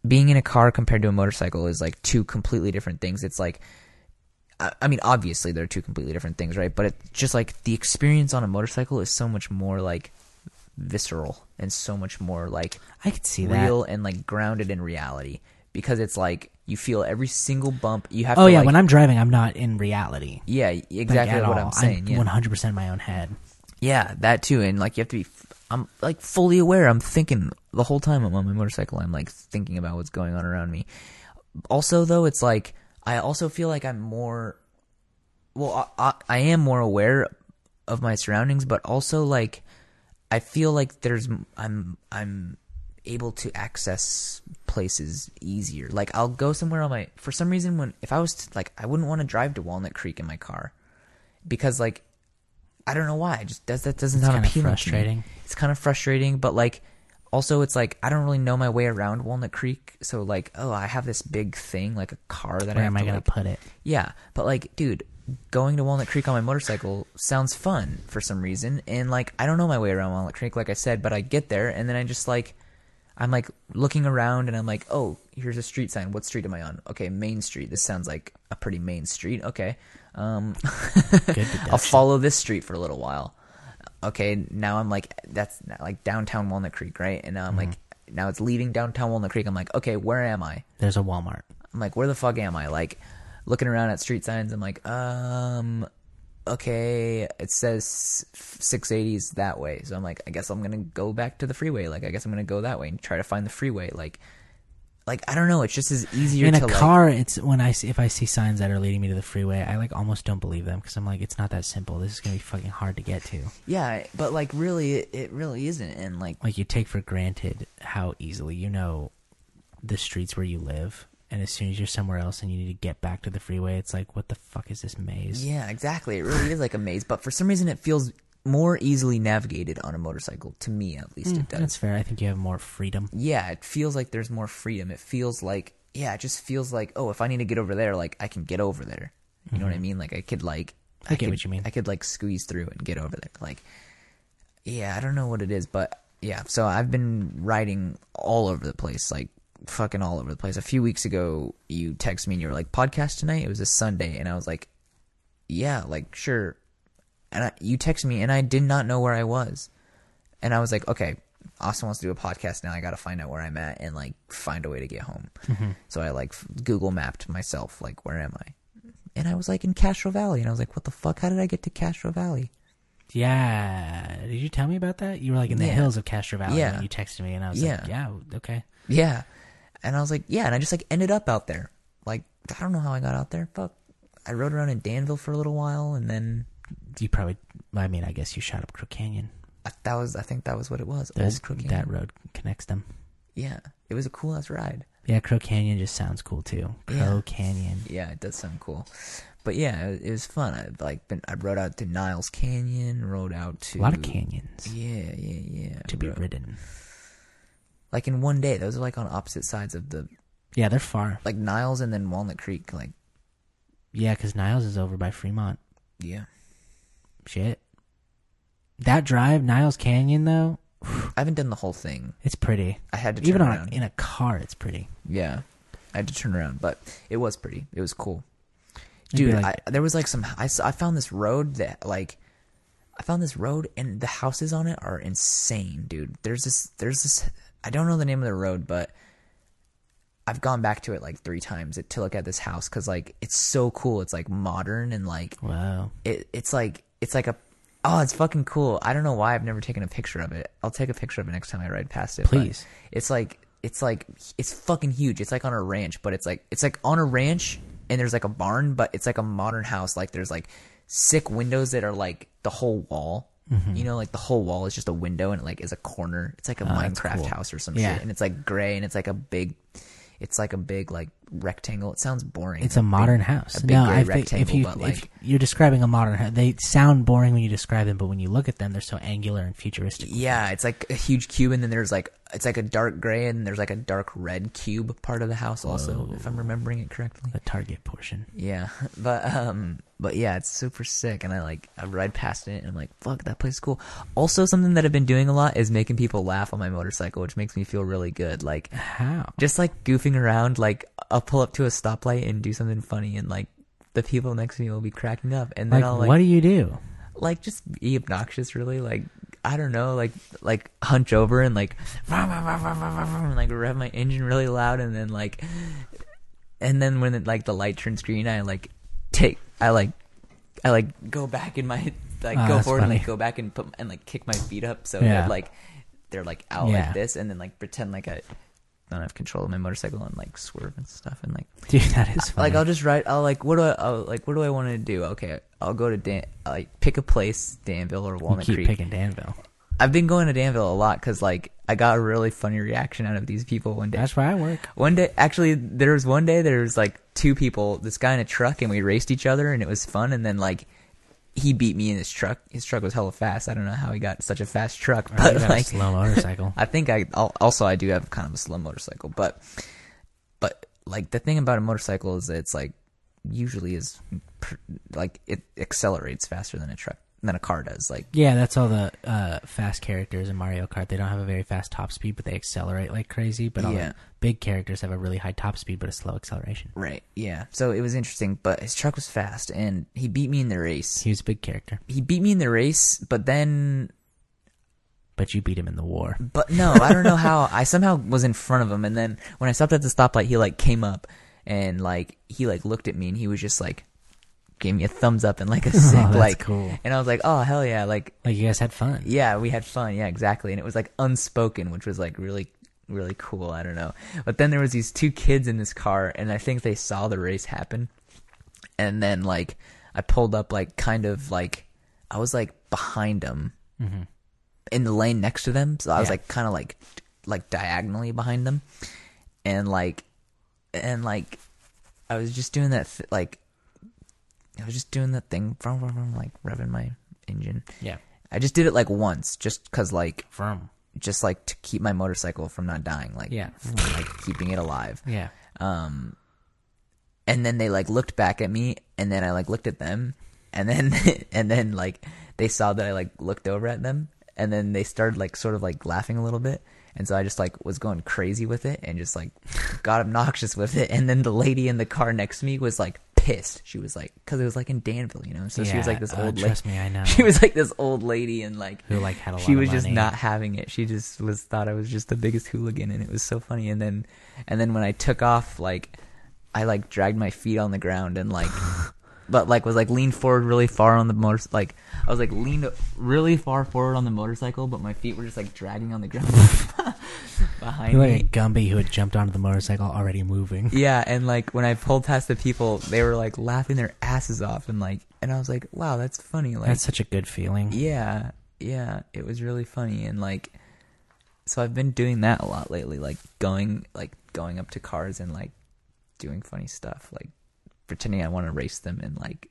[SPEAKER 1] being in a car compared to a motorcycle is like two completely different things it's like I I mean, obviously they're two completely different things, right? But it's just like the experience on a motorcycle is so much more like visceral and so much more like
[SPEAKER 2] I could see that.
[SPEAKER 1] real and like grounded in reality because it's like you feel every single bump. You have
[SPEAKER 2] oh
[SPEAKER 1] to,
[SPEAKER 2] yeah,
[SPEAKER 1] like,
[SPEAKER 2] when I'm driving, I'm not in reality.
[SPEAKER 1] yeah, exactly
[SPEAKER 2] like, at
[SPEAKER 1] what
[SPEAKER 2] all.
[SPEAKER 1] I'm saying. yeah.
[SPEAKER 2] 100 percent my own head.
[SPEAKER 1] Yeah, that too, and like you have to be. f- I'm like fully aware. I'm thinking the whole time I'm on my motorcycle. I'm like thinking about what's going on around me. Also, though, it's like I also feel like I'm more. Well, I, I, I am more aware of my surroundings, but also like I feel like there's I'm I'm able to access places easier. Like I'll go somewhere on my for some reason when if I was to, like I wouldn't want to drive to Walnut Creek in my car because like I don't know why. It just does that doesn't sound
[SPEAKER 2] kinda
[SPEAKER 1] appealing. to me.
[SPEAKER 2] frustrating.
[SPEAKER 1] It's kind of frustrating, but like also it's like I don't really know my way around Walnut Creek, so like oh I have this big thing like a car that I
[SPEAKER 2] Where
[SPEAKER 1] have
[SPEAKER 2] am I
[SPEAKER 1] to,
[SPEAKER 2] gonna
[SPEAKER 1] like-
[SPEAKER 2] put it?
[SPEAKER 1] yeah, but like, dude, going to Walnut Creek on my motorcycle sounds fun for some reason. And like, I don't know my way around Walnut Creek, like I said, but I get there and then I just like, I'm like looking around and I'm like, oh, here's a street sign. What street am I on? Okay, Main Street. This sounds like a pretty main street. Okay. Um, [laughs] I'll follow this street for a little while. Okay, now I'm like, that's like downtown Walnut Creek, right? And now I'm like, now it's leaving downtown Walnut Creek. I'm like, okay, where am I?
[SPEAKER 2] There's a Walmart.
[SPEAKER 1] I'm like, where the fuck am I? Like, looking around at street signs, I'm like, um, okay, it says 680s that way. So I'm like, I guess I'm gonna go back to the freeway. Like, I guess I'm gonna go that way and try to find the freeway. Like, like I don't know. It's just as easier
[SPEAKER 2] in
[SPEAKER 1] to
[SPEAKER 2] a
[SPEAKER 1] like-
[SPEAKER 2] car it's when i see if i see signs that are leading me to the freeway i like almost don't believe them because i'm like it's not that simple this is gonna be fucking hard to get to
[SPEAKER 1] yeah, but like really, it, it really isn't. And like,
[SPEAKER 2] like you take for granted how easily you know the streets where you live and as soon as you're somewhere else and you need to get back to the freeway it's like what the fuck is this maze
[SPEAKER 1] yeah, exactly. It really is like a maze. But for some reason, it feels more easily navigated on a motorcycle. To me, at least, it does.
[SPEAKER 2] that's fair i think you have more freedom
[SPEAKER 1] yeah, it feels like there's more freedom. It feels like yeah, it just feels like oh, if I need to get over there, like I can get over there. You know what I mean? Like I could like
[SPEAKER 2] Mm-hmm. I get
[SPEAKER 1] could,
[SPEAKER 2] what you mean.
[SPEAKER 1] I could like squeeze through and get over there. Like yeah, I don't know what it is, but yeah. So I've been riding all over the place, like fucking all over the place. A few weeks ago, you texted me and you were like podcast tonight. It was a Sunday, and I was like, yeah, like sure. And I, you texted me, and I did not know where I was. And I was like, okay, Austin wants to do a podcast now. I got to find out where I'm at and like find a way to get home.
[SPEAKER 2] Mm-hmm.
[SPEAKER 1] So I like f- Google mapped myself, like, where am I? And I was like in Castro Valley. And I was like, what the fuck? How did I get to Castro Valley?
[SPEAKER 2] yeah did you tell me about that you were like in the
[SPEAKER 1] Yeah.
[SPEAKER 2] hills of castro valley
[SPEAKER 1] Yeah.
[SPEAKER 2] and you texted me and i was like
[SPEAKER 1] Yeah.
[SPEAKER 2] yeah okay
[SPEAKER 1] Yeah. And I was like, yeah. And I just like ended up out there. Like, I don't know how I got out there. Fuck. I rode around in Danville for a little while. And then
[SPEAKER 2] you probably i mean i guess you shot up crook canyon
[SPEAKER 1] I, that was, I think that was what it was.
[SPEAKER 2] Those-
[SPEAKER 1] Old Crooked.
[SPEAKER 2] that road connects them
[SPEAKER 1] Yeah. It was a cool ass ride.
[SPEAKER 2] Yeah, Crow Canyon just sounds cool too. Crow
[SPEAKER 1] Yeah.
[SPEAKER 2] Canyon.
[SPEAKER 1] yeah, it does sound cool. But yeah, it, it was fun. I like been I rode out to Niles Canyon, rode out to
[SPEAKER 2] A lot of canyons
[SPEAKER 1] Yeah, yeah, yeah.
[SPEAKER 2] to be
[SPEAKER 1] Rode-
[SPEAKER 2] ridden.
[SPEAKER 1] Like in one day, those are like on opposite sides of the
[SPEAKER 2] Yeah, they're far.
[SPEAKER 1] like Niles and then Walnut Creek. Like
[SPEAKER 2] Yeah, because Niles is over by Fremont.
[SPEAKER 1] yeah,
[SPEAKER 2] Shit. That drive, Niles Canyon though,
[SPEAKER 1] I haven't done the whole thing.
[SPEAKER 2] it's pretty.
[SPEAKER 1] I had to turn
[SPEAKER 2] Even on
[SPEAKER 1] around.
[SPEAKER 2] a, in a car, it's pretty.
[SPEAKER 1] yeah, I had to turn around, but it was pretty. It was cool,
[SPEAKER 2] You'd be
[SPEAKER 1] dude.
[SPEAKER 2] like-
[SPEAKER 1] I, there was like some. I saw, I found this road that like. I found this road and the houses on it are insane, dude. There's this there's this I don't know the name of the road, but I've gone back to it like 3 times to look at this house cuz like it's so cool. It's like modern and like
[SPEAKER 2] Wow.
[SPEAKER 1] it, it's like it's like a oh it's fucking cool i don't know why i've never taken a picture of it i'll take a picture of it next time i ride past it but
[SPEAKER 2] Please.
[SPEAKER 1] it's like it's like it's fucking huge it's like on a ranch but it's like it's like on a ranch and there's like a barn but it's like a modern house like there's like sick windows that are like the whole wall
[SPEAKER 2] Mm-hmm.
[SPEAKER 1] you know like the whole wall is just a window and it like is a corner it's like a
[SPEAKER 2] Oh, that's
[SPEAKER 1] minecraft
[SPEAKER 2] cool.
[SPEAKER 1] house or some
[SPEAKER 2] Yeah.
[SPEAKER 1] shit and it's like gray and it's like a big it's like a big like rectangle it sounds boring
[SPEAKER 2] It's a modern house.
[SPEAKER 1] big
[SPEAKER 2] no,
[SPEAKER 1] gray
[SPEAKER 2] I think if
[SPEAKER 1] rectangle,
[SPEAKER 2] you
[SPEAKER 1] but,
[SPEAKER 2] if
[SPEAKER 1] like-
[SPEAKER 2] you're describing a modern house, they sound boring when you describe them, but when you look at them, they're so angular and futuristic.
[SPEAKER 1] Yeah, it's like a huge cube, and then there's like it's like a dark gray, and there's like a dark red cube part of the house also, if I'm remembering it correctly.
[SPEAKER 2] The Target portion.
[SPEAKER 1] Yeah, [laughs] but um, but yeah, it's super sick, and I like I ride past it, and I'm like, fuck, that place is cool. Also, something that I've been doing a lot is making people laugh on my motorcycle, which makes me feel really good. Like
[SPEAKER 2] How?
[SPEAKER 1] just like goofing around, like I'll pull up to a stoplight and do something funny, and like the people next to me will be cracking up, and then
[SPEAKER 2] Like,
[SPEAKER 1] I'll like
[SPEAKER 2] what do you do?
[SPEAKER 1] like just be obnoxious really like i don't know like like hunch over and like [laughs] "Vroom, vroom, vroom, vroom, vroom, vroom," and, like rev my engine really loud and then like and then when it, like the light turns green i like take i like i like go back in my like
[SPEAKER 2] Ah,
[SPEAKER 1] go
[SPEAKER 2] that's
[SPEAKER 1] forward and
[SPEAKER 2] funny.
[SPEAKER 1] like go back and put and like kick my feet up so
[SPEAKER 2] Yeah.
[SPEAKER 1] that like they're like out
[SPEAKER 2] Yeah.
[SPEAKER 1] like this and then like pretend like i don't have control of my motorcycle and like swerve and stuff and like
[SPEAKER 2] Dude, that is funny.
[SPEAKER 1] like I'll just write. I'll like what do I I'll, like what do I want to do? Okay, I'll go to Dan. uh, Like pick a place, Danville or
[SPEAKER 2] you
[SPEAKER 1] Walnut
[SPEAKER 2] keep
[SPEAKER 1] Creek.
[SPEAKER 2] picking Danville.
[SPEAKER 1] I've been going to Danville a lot because like I got a really funny reaction out of these people one day.
[SPEAKER 2] That's where I work.
[SPEAKER 1] One day, actually, there was one day there was like two people, this guy in a truck, and we raced each other, and it was fun. And then like he beat me in his truck. His truck was hella fast. I don't know how he got such a fast truck,
[SPEAKER 2] I
[SPEAKER 1] but
[SPEAKER 2] got a
[SPEAKER 1] like
[SPEAKER 2] slow motorcycle.
[SPEAKER 1] I think I al- also I do have kind of a slow motorcycle, but but like the thing about a motorcycle is that it's like usually is pr- like it accelerates faster than a truck than a car does. Like
[SPEAKER 2] Yeah, that's all the uh, fast characters in Mario Kart. They don't have a very fast top speed, but they accelerate like crazy. But all
[SPEAKER 1] Yeah.
[SPEAKER 2] the big characters have a really high top speed, but a slow acceleration.
[SPEAKER 1] right, yeah. So it was interesting, but his truck was fast, and he beat me in the race.
[SPEAKER 2] He was a big character,
[SPEAKER 1] He beat me in the race, but then
[SPEAKER 2] but you beat him in
[SPEAKER 1] [laughs]
[SPEAKER 2] the war. Oh,
[SPEAKER 1] But no, I don't know how. I somehow was in front of him, and then when I stopped at the stoplight, he like came up and like he like looked at me, and he was just like gave me a thumbs up and
[SPEAKER 2] [laughs]
[SPEAKER 1] like a sick
[SPEAKER 2] Oh, that's
[SPEAKER 1] like
[SPEAKER 2] cool.
[SPEAKER 1] And I was like, oh hell yeah, like
[SPEAKER 2] Like you guys had fun.
[SPEAKER 1] yeah, we had fun, yeah, exactly. And it was like unspoken, which was like really really cool. I don't know. But then there was these two kids in this car, and I think they saw the race happen, and then like I pulled up like kind of like I was like behind them in the lane next to them. So I was
[SPEAKER 2] Yeah.
[SPEAKER 1] like kind of like like diagonally behind them, and like and like I was just doing that th- like I was just doing that thing from like revving my engine.
[SPEAKER 2] Yeah.
[SPEAKER 1] I just did it like once, just cause like
[SPEAKER 2] From.
[SPEAKER 1] just like to keep my motorcycle from not dying, like
[SPEAKER 2] Yeah.
[SPEAKER 1] like keeping it alive.
[SPEAKER 2] Yeah.
[SPEAKER 1] Um, and then they like looked back at me, and then I like looked at them, and then [laughs] and then like they saw that I like looked over at them, and then they started like sort of like laughing a little bit, and so I just like was going crazy with it and just like [laughs] got obnoxious with it, and then the lady in the car next to me was like pissed. She was like, because it was like in Danville, you know, so she was
[SPEAKER 2] Yeah,
[SPEAKER 1] like this
[SPEAKER 2] uh,
[SPEAKER 1] old.
[SPEAKER 2] Trust
[SPEAKER 1] la- [laughs]
[SPEAKER 2] me, I know.
[SPEAKER 1] She was like this old lady, and like
[SPEAKER 2] who like had a lot
[SPEAKER 1] she
[SPEAKER 2] of
[SPEAKER 1] was just
[SPEAKER 2] money.
[SPEAKER 1] not having it. She just was thought I was just the biggest hooligan, and it was so funny. And then, and then when I took off, like I like dragged my feet on the ground and
[SPEAKER 2] [laughs]
[SPEAKER 1] like, but like was like leaned forward really far on the motor. Like I was like leaned really far forward on the motorcycle, but my feet were just like dragging on the ground [laughs] behind
[SPEAKER 2] You were like
[SPEAKER 1] me.
[SPEAKER 2] a Gumby who had jumped onto the motorcycle already moving.
[SPEAKER 1] Yeah, and like when I pulled past the people, they were like laughing their asses off, and like, and I was like, wow, that's funny. Like
[SPEAKER 2] That's such a good feeling.
[SPEAKER 1] Yeah, yeah, it was really funny and like so I've been doing that a lot lately, like going like going up to cars and like doing funny stuff, like pretending I want to race them and like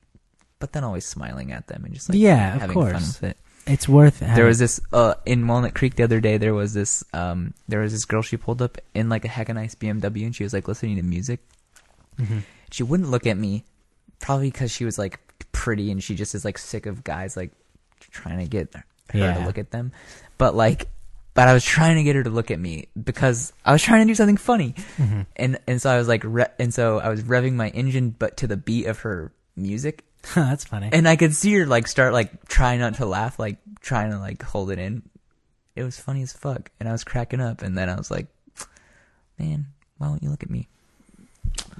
[SPEAKER 1] but then always smiling at them and just like
[SPEAKER 2] Yeah, of
[SPEAKER 1] having fun
[SPEAKER 2] course.
[SPEAKER 1] with it.
[SPEAKER 2] It's worth. Having,
[SPEAKER 1] There was this uh in Walnut Creek the other day there was this um there was this girl she pulled up in like a heck of nice BMW and she was like listening to music. She wouldn't look at me probably because she was like pretty and she just is like sick of guys like trying to get her to
[SPEAKER 2] Yeah.
[SPEAKER 1] look at them. But like but I was trying to get her to look at me because I was trying to do something funny. And and so I was like re- and so I was revving my engine but to the beat of her music
[SPEAKER 2] [laughs] That's funny.
[SPEAKER 1] and I could see her like start like trying not to laugh, like trying to like hold it in. It was funny as fuck, and I was cracking up. And then I was like, "Man, why won't you look at me?"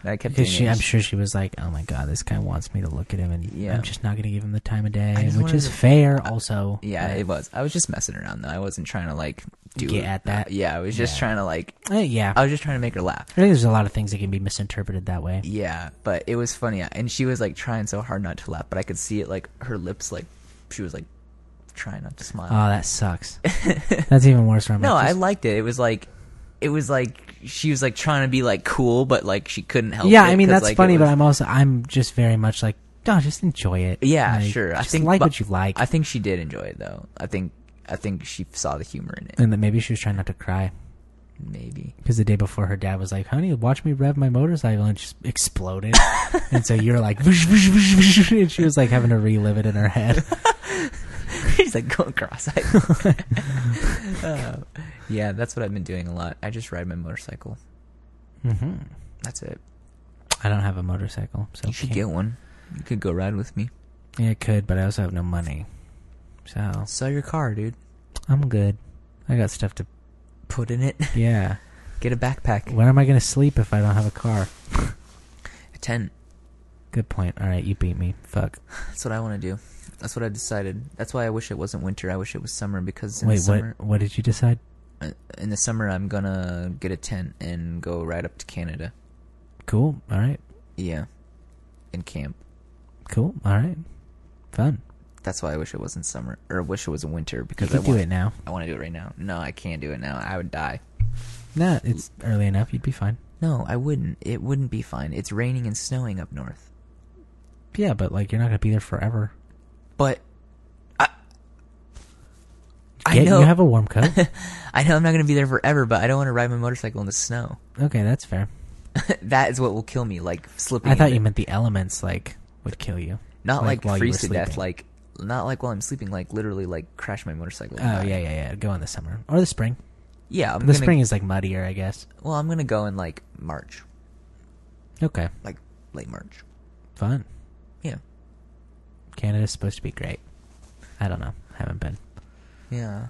[SPEAKER 1] And I kept doing
[SPEAKER 2] Because she,
[SPEAKER 1] it.
[SPEAKER 2] I'm sure she was like, "Oh my god, this guy wants me to look at him, and
[SPEAKER 1] Yeah.
[SPEAKER 2] I'm just not going to give him the time of day,"
[SPEAKER 1] just
[SPEAKER 2] which
[SPEAKER 1] wanted
[SPEAKER 2] is
[SPEAKER 1] to-
[SPEAKER 2] fair. Also,
[SPEAKER 1] Yeah,
[SPEAKER 2] but-
[SPEAKER 1] it was. I was just messing around though. I wasn't trying to like do
[SPEAKER 2] Get at that.
[SPEAKER 1] yeah, I was just
[SPEAKER 2] Yeah.
[SPEAKER 1] trying to like.
[SPEAKER 2] Uh, yeah.
[SPEAKER 1] I was just trying to make her laugh.
[SPEAKER 2] I think there's a lot of things that can be misinterpreted that way.
[SPEAKER 1] Yeah, but it was funny, and she was like trying so hard not to laugh, but I could see it like her lips, like she was like trying not to smile.
[SPEAKER 2] Oh, that sucks.
[SPEAKER 1] [laughs]
[SPEAKER 2] That's even worse. Where I'm
[SPEAKER 1] No,
[SPEAKER 2] like,
[SPEAKER 1] I
[SPEAKER 2] just-
[SPEAKER 1] liked it. It was like, it was like she was like trying to be like cool, but like she couldn't help.
[SPEAKER 2] yeah.
[SPEAKER 1] it
[SPEAKER 2] I mean,
[SPEAKER 1] 'cause,
[SPEAKER 2] that's
[SPEAKER 1] like, it
[SPEAKER 2] funny, but
[SPEAKER 1] was-
[SPEAKER 2] I'm also I'm just very much like, no, just enjoy it.
[SPEAKER 1] yeah,
[SPEAKER 2] Like,
[SPEAKER 1] sure. I
[SPEAKER 2] just
[SPEAKER 1] think
[SPEAKER 2] like
[SPEAKER 1] but
[SPEAKER 2] what you like,
[SPEAKER 1] I think she did enjoy it though. I think I think she saw the humor in it.
[SPEAKER 2] and that maybe she was trying not to cry
[SPEAKER 1] Maybe. [laughs]
[SPEAKER 2] because the day before her dad was like, "Honey, watch me rev my motorcycle," and it just
[SPEAKER 1] [laughs]
[SPEAKER 2] exploded. and so you're like, "Whoosh, whoosh, whoosh, whoosh," and she was like having to relive it in her
[SPEAKER 1] [laughs]
[SPEAKER 2] head.
[SPEAKER 1] She's like going
[SPEAKER 2] [laughs]
[SPEAKER 1] cross-eyed. Uh, yeah, that's what I've been doing a lot. I just ride my motorcycle.
[SPEAKER 2] hmm
[SPEAKER 1] That's it.
[SPEAKER 2] I don't have a motorcycle, so
[SPEAKER 1] You should
[SPEAKER 2] can't-
[SPEAKER 1] get one. You could go ride with me.
[SPEAKER 2] Yeah, I could, but I also have no money. So
[SPEAKER 1] Sell your car, dude.
[SPEAKER 2] I'm good. I got stuff to.
[SPEAKER 1] Put in it. [laughs]
[SPEAKER 2] Yeah.
[SPEAKER 1] Get a backpack.
[SPEAKER 2] Where am I going to sleep if I don't have a car?
[SPEAKER 1] A tent.
[SPEAKER 2] Good point. All right, you beat me. Fuck.
[SPEAKER 1] That's what I want to do. That's what I've decided. That's why I wish it wasn't winter. I wish it was summer because in
[SPEAKER 2] Wait,
[SPEAKER 1] the summer,
[SPEAKER 2] what? What did you decide?
[SPEAKER 1] uh, in the summer I'm gonna get a tent and go right up to Canada.
[SPEAKER 2] Cool. All right.
[SPEAKER 1] Yeah, and camp.
[SPEAKER 2] Cool. All right. Fun.
[SPEAKER 1] That's why I wish it wasn't summer or wish it was winter
[SPEAKER 2] You
[SPEAKER 1] because I
[SPEAKER 2] could do
[SPEAKER 1] want
[SPEAKER 2] it now.
[SPEAKER 1] I want to do it right now. No, I can't do it now. I would die.
[SPEAKER 2] Nah, it's early enough. You'd be fine.
[SPEAKER 1] No, I wouldn't. It wouldn't be fine. It's raining and snowing up north.
[SPEAKER 2] Yeah, but like you're not gonna be there forever.
[SPEAKER 1] But I I
[SPEAKER 2] Get-
[SPEAKER 1] know
[SPEAKER 2] You have a warm coat.
[SPEAKER 1] I know I'm not gonna be there forever. But I don't want to ride my motorcycle in the snow. [laughs]
[SPEAKER 2] okay, that's fair.
[SPEAKER 1] that is what will kill me. Like slipping.
[SPEAKER 2] I thought
[SPEAKER 1] into-
[SPEAKER 2] you meant the elements like would kill you.
[SPEAKER 1] not like,
[SPEAKER 2] while you
[SPEAKER 1] freeze
[SPEAKER 2] were
[SPEAKER 1] to death.
[SPEAKER 2] sleeping.
[SPEAKER 1] Like not like while I'm sleeping. Like literally, like crash my motorcycle. and
[SPEAKER 2] oh
[SPEAKER 1] die.
[SPEAKER 2] yeah, yeah, yeah. Go in the summer or the spring.
[SPEAKER 1] yeah. I'm
[SPEAKER 2] the
[SPEAKER 1] gonna,
[SPEAKER 2] spring is like muddier, I guess.
[SPEAKER 1] Well, I'm gonna go in like March,
[SPEAKER 2] Okay,
[SPEAKER 1] like late March.
[SPEAKER 2] fun.
[SPEAKER 1] Yeah,
[SPEAKER 2] Canada's supposed to be great. I don't know. Haven't been.
[SPEAKER 1] yeah.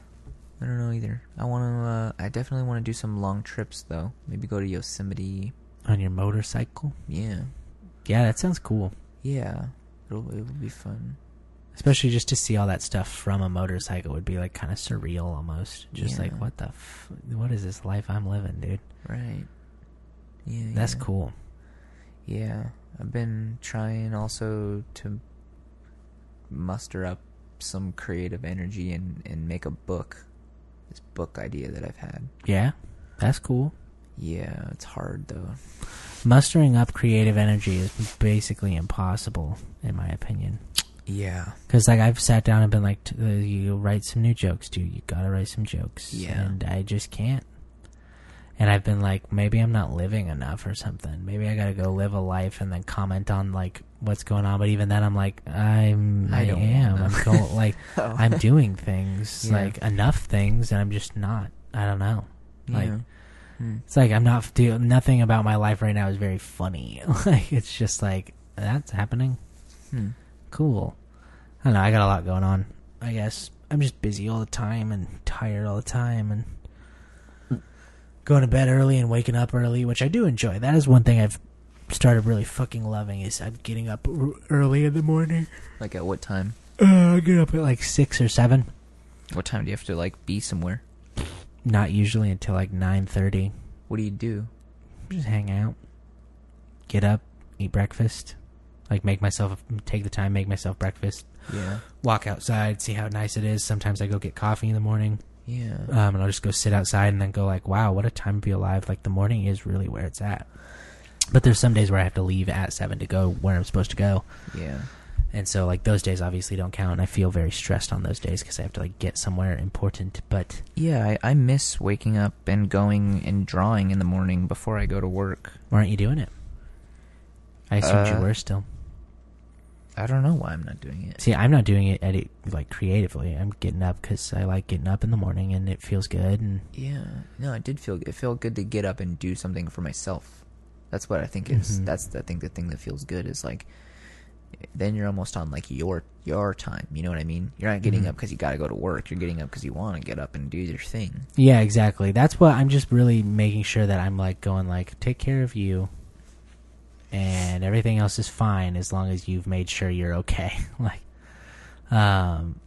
[SPEAKER 1] I don't know either. I want to. Uh, I definitely want to do some long trips though. Maybe go to Yosemite.
[SPEAKER 2] On your motorcycle?
[SPEAKER 1] Yeah,
[SPEAKER 2] Yeah, that sounds cool.
[SPEAKER 1] yeah. It'll it will be fun.
[SPEAKER 2] Especially just to see all that stuff from a motorcycle would be like kind of surreal almost. Just
[SPEAKER 1] Yeah.
[SPEAKER 2] like what the f- what is this life I'm living, dude?
[SPEAKER 1] Right. Yeah.
[SPEAKER 2] That's
[SPEAKER 1] yeah.
[SPEAKER 2] cool.
[SPEAKER 1] Yeah, I've been trying also to muster up some creative energy and and make a book. This book idea that I've had.
[SPEAKER 2] Yeah. That's cool.
[SPEAKER 1] Yeah, it's hard though.
[SPEAKER 2] Mustering up creative energy is basically impossible in my opinion.
[SPEAKER 1] [laughs] Yeah.
[SPEAKER 2] Cuz like I've sat down and been like t- uh, you write some new jokes, dude. You got to write some jokes.
[SPEAKER 1] Yeah.
[SPEAKER 2] And I just can't. And I've been like maybe I'm not living enough or something. Maybe I got to go live a life and then comment on like what's going on, but even then I'm like I'm
[SPEAKER 1] I
[SPEAKER 2] I,
[SPEAKER 1] don't
[SPEAKER 2] am.
[SPEAKER 1] wanna.
[SPEAKER 2] I'm going like I'm doing things
[SPEAKER 1] [laughs] Yeah.
[SPEAKER 2] like enough things, and I'm just not. I don't know. Like
[SPEAKER 1] yeah. Hmm.
[SPEAKER 2] it's like I'm not. Do, nothing about my life right now is very funny. [laughs] like it's just like that's happening.
[SPEAKER 1] Hmm.
[SPEAKER 2] Cool. I don't know. I got a lot going on. I guess I'm just busy all the time and tired all the time and going to bed early and waking up early, which I do enjoy. That is one thing I've started really fucking loving is I'm getting up r- early in the morning.
[SPEAKER 1] Like at what time?
[SPEAKER 2] Uh, I get up at like six or seven.
[SPEAKER 1] What time do you have to like be somewhere?
[SPEAKER 2] not usually until like 9.30
[SPEAKER 1] What do you do?
[SPEAKER 2] just hang out get up eat breakfast like make myself take the time make myself breakfast
[SPEAKER 1] Yeah.
[SPEAKER 2] walk outside see how nice it is sometimes i go get coffee in the morning
[SPEAKER 1] Yeah.
[SPEAKER 2] um, and i'll just go sit outside and then go like wow what a time to be alive like the morning is really where it's at but there's some days where i have to leave at 7 to go where i'm supposed to go
[SPEAKER 1] yeah.
[SPEAKER 2] and so like those days obviously don't count and i feel very stressed on those days because i have to like get somewhere important but
[SPEAKER 1] Yeah, I, I miss waking up and going and drawing in the morning before I go to work.
[SPEAKER 2] why aren't you doing it i assumed
[SPEAKER 1] Uh,
[SPEAKER 2] you were still
[SPEAKER 1] I don't know why I'm not doing it.
[SPEAKER 2] See, I'm not doing it edit like creatively. I'm getting up because I like getting up in the morning and it feels good. And
[SPEAKER 1] Yeah. No, it did feel it felt good to get up and do something for myself. That's what I think is
[SPEAKER 2] Mhm.
[SPEAKER 1] that's I think the thing that feels good is like then you're almost on like your your time, you know what I mean? You're not getting
[SPEAKER 2] Mhm.
[SPEAKER 1] up cuz you got to go to work. You're getting up cuz you want to get up and do your thing.
[SPEAKER 2] yeah, exactly. That's what I'm just really making sure that I'm like going like take care of you, and everything else is fine as long as you've made sure you're okay. [laughs] like, um,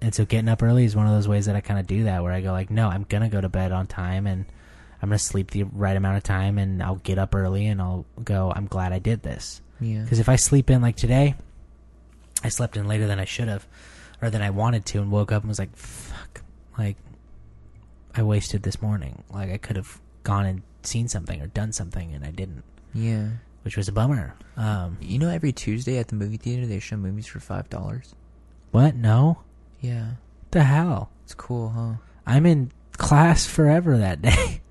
[SPEAKER 2] and so getting up early is one of those ways that I kind of do that where I go like, no, I'm gonna go to bed on time and. I'm gonna sleep the right amount of time, and I'll get up early, and I'll go. I'm glad I did this.
[SPEAKER 1] Yeah.
[SPEAKER 2] Because if I sleep in like today, I slept in later than I should have, or than I wanted to, and woke up and was like, "Fuck!" Like, I wasted this morning. Like, I could have gone and seen something or done something, and I didn't,
[SPEAKER 1] Yeah.
[SPEAKER 2] which was a bummer. Um,
[SPEAKER 1] You know every Tuesday at the movie theater they show movies for $5.
[SPEAKER 2] what? No,
[SPEAKER 1] Yeah.
[SPEAKER 2] the hell!
[SPEAKER 1] It's cool, huh?
[SPEAKER 2] I'm in class forever that [laughs] day.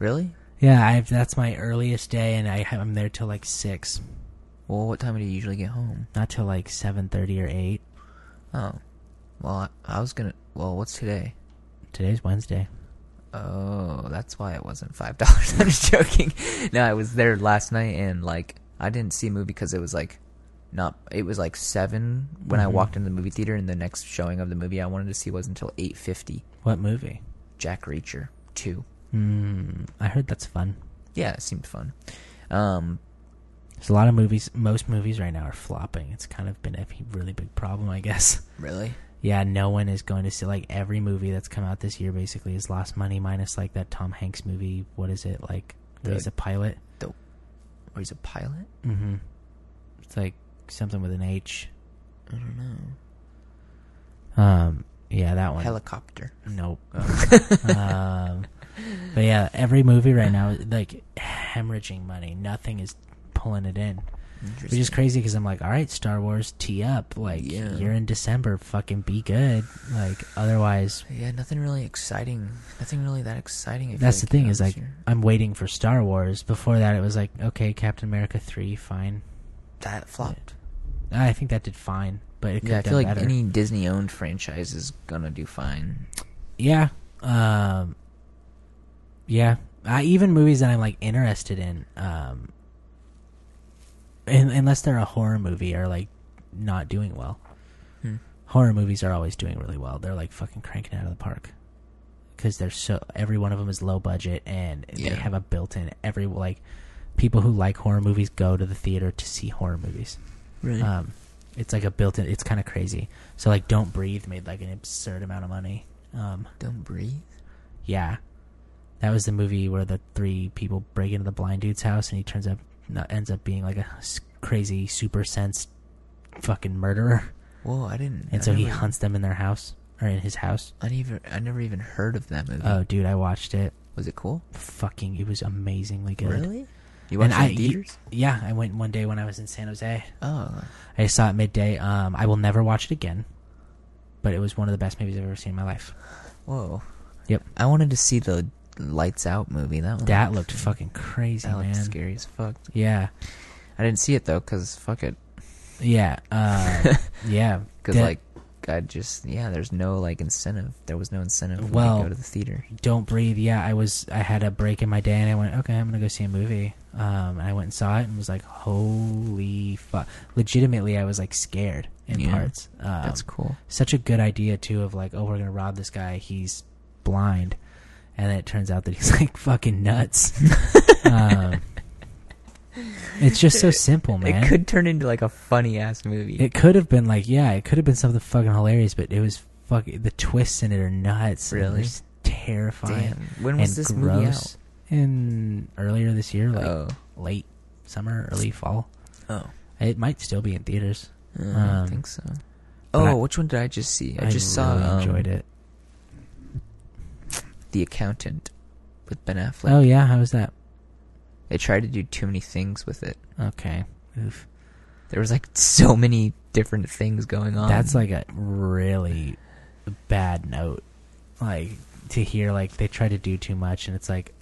[SPEAKER 1] Really?
[SPEAKER 2] yeah, I that's my earliest day, and I I'm there till like six,
[SPEAKER 1] Well, what time do you usually get home?
[SPEAKER 2] not till like seven thirty or eight.
[SPEAKER 1] Oh. Well, I, I was going to Well, what's today?
[SPEAKER 2] Today's Wednesday.
[SPEAKER 1] Oh, that's why it wasn't five dollars. [laughs] I'm just joking. No, I was there last night and like I didn't see a movie because it was like not. It was like seven when I
[SPEAKER 2] Mhm.
[SPEAKER 1] walked into the movie theater, and the next showing of the movie I wanted to see was until eight fifty.
[SPEAKER 2] What movie?
[SPEAKER 1] Jack Reacher two.
[SPEAKER 2] Hmm. I heard that's fun.
[SPEAKER 1] Yeah, it seemed fun. Um,
[SPEAKER 2] There's a lot of movies. Most movies right now are flopping. It's kind of been a really big problem, I guess. [laughs]
[SPEAKER 1] really?
[SPEAKER 2] Yeah, no one is going to see like every movie that's come out this year. Basically, has lost money minus like that Tom Hanks movie. What is it like?
[SPEAKER 1] The-
[SPEAKER 2] He's a pilot.
[SPEAKER 1] The, or he's a pilot?
[SPEAKER 2] Mm-hmm. It's like something with an H.
[SPEAKER 1] I don't know.
[SPEAKER 2] Um. Yeah, that one.
[SPEAKER 1] Helicopter.
[SPEAKER 2] Nope.
[SPEAKER 1] Oh.
[SPEAKER 2] [laughs] um, but yeah, every movie right now is like hemorrhaging money. Nothing is pulling it in. Which is crazy because I'm like, all right, Star Wars, tee up. Like,
[SPEAKER 1] Yeah.
[SPEAKER 2] you're in December. Fucking be good. Like, otherwise,
[SPEAKER 1] Yeah, nothing really exciting. Nothing really that exciting. I feel
[SPEAKER 2] that's the
[SPEAKER 1] like, came
[SPEAKER 2] thing
[SPEAKER 1] out
[SPEAKER 2] is
[SPEAKER 1] this
[SPEAKER 2] like,
[SPEAKER 1] year.
[SPEAKER 2] I'm waiting for Star Wars. Before that, it was like, okay, Captain America 3, fine.
[SPEAKER 1] that flopped.
[SPEAKER 2] I think that did fine, but it could
[SPEAKER 1] Yeah, I
[SPEAKER 2] have
[SPEAKER 1] feel
[SPEAKER 2] done
[SPEAKER 1] like
[SPEAKER 2] better.
[SPEAKER 1] any Disney-owned franchise is gonna do fine.
[SPEAKER 2] Yeah. Um, yeah. I, even movies that I'm like interested in, um, un unless they're a horror movie, are like not doing well.
[SPEAKER 1] Hmm.
[SPEAKER 2] Horror movies are always doing really well. They're like fucking cranking it out of the park because they're so every one of them is low budget and
[SPEAKER 1] Yeah.
[SPEAKER 2] they have a built-in every like people who like horror movies go to the theater to see horror movies.
[SPEAKER 1] Really?
[SPEAKER 2] Um, it's like a built-in. It's kind of crazy. So like, Don't Breathe made like an absurd amount of money. Um,
[SPEAKER 1] Don't breathe.
[SPEAKER 2] yeah, that was the movie where the three people break into the blind dude's house, and he turns up no, ends up being like a s- crazy super sensed fucking murderer,
[SPEAKER 1] Whoa, I didn't.
[SPEAKER 2] and
[SPEAKER 1] I
[SPEAKER 2] so he
[SPEAKER 1] never-
[SPEAKER 2] hunts them in their house or in his house.
[SPEAKER 1] I never. I never even heard of that movie.
[SPEAKER 2] Oh, dude, I watched it.
[SPEAKER 1] was it cool?
[SPEAKER 2] Fucking, it was amazingly good.
[SPEAKER 1] You watched
[SPEAKER 2] And I-
[SPEAKER 1] it in theaters?
[SPEAKER 2] Yeah, I went one day when I was in San Jose.
[SPEAKER 1] Oh,
[SPEAKER 2] I saw it midday. Um, I will never watch it again, but it was one of the best movies I've ever seen in
[SPEAKER 1] [laughs]
[SPEAKER 2] my life.
[SPEAKER 1] whoa.
[SPEAKER 2] Yep.
[SPEAKER 1] I wanted to see the Lights Out movie. That one.
[SPEAKER 2] That looked fucking crazy,
[SPEAKER 1] That looked
[SPEAKER 2] man.
[SPEAKER 1] scary as fuck.
[SPEAKER 2] Yeah,
[SPEAKER 1] I didn't see it though, cause fuck it.
[SPEAKER 2] yeah, uh,
[SPEAKER 1] [laughs]
[SPEAKER 2] yeah.
[SPEAKER 1] Cause
[SPEAKER 2] That-
[SPEAKER 1] like, I just yeah. There's no like incentive. There was no incentive. when I
[SPEAKER 2] Well-
[SPEAKER 1] go to the theater.
[SPEAKER 2] don't breathe. Yeah, I was. I had a break in my day, and I went, okay, I'm gonna go see a movie. Um, and I went and saw it, and was like, holy fuck! Legitimately, I was like scared in
[SPEAKER 1] Yeah.
[SPEAKER 2] parts. Um,
[SPEAKER 1] That's cool.
[SPEAKER 2] Such a good idea too, of like, oh, we're gonna rob this guy. He's blind, and then it turns out that he's [laughs] like fucking nuts.
[SPEAKER 1] [laughs]
[SPEAKER 2] um, it's just so simple, man.
[SPEAKER 1] It could turn into like a funny ass movie.
[SPEAKER 2] It could have been like, yeah, it could have been something fucking hilarious, but it was fucking the twists in it are nuts. and they're
[SPEAKER 1] Really?
[SPEAKER 2] just terrifying.
[SPEAKER 1] Damn. When was
[SPEAKER 2] and
[SPEAKER 1] this
[SPEAKER 2] gross.
[SPEAKER 1] movie out?
[SPEAKER 2] In earlier this year, like
[SPEAKER 1] oh.
[SPEAKER 2] late summer, early fall.
[SPEAKER 1] Oh.
[SPEAKER 2] It might still be in theaters.
[SPEAKER 1] Uh, I
[SPEAKER 2] Um,
[SPEAKER 1] don't think so.
[SPEAKER 2] but
[SPEAKER 1] Oh,
[SPEAKER 2] I-
[SPEAKER 1] which one did I just see? I just saw
[SPEAKER 2] really
[SPEAKER 1] um,
[SPEAKER 2] enjoyed it.
[SPEAKER 1] The Accountant with Ben Affleck.
[SPEAKER 2] Oh yeah, how was that?
[SPEAKER 1] They tried to do too many things with it.
[SPEAKER 2] Okay, Oof.
[SPEAKER 1] There was like so many different things going on.
[SPEAKER 2] that's like a really bad note. Like to hear like they try to do too much, and it's like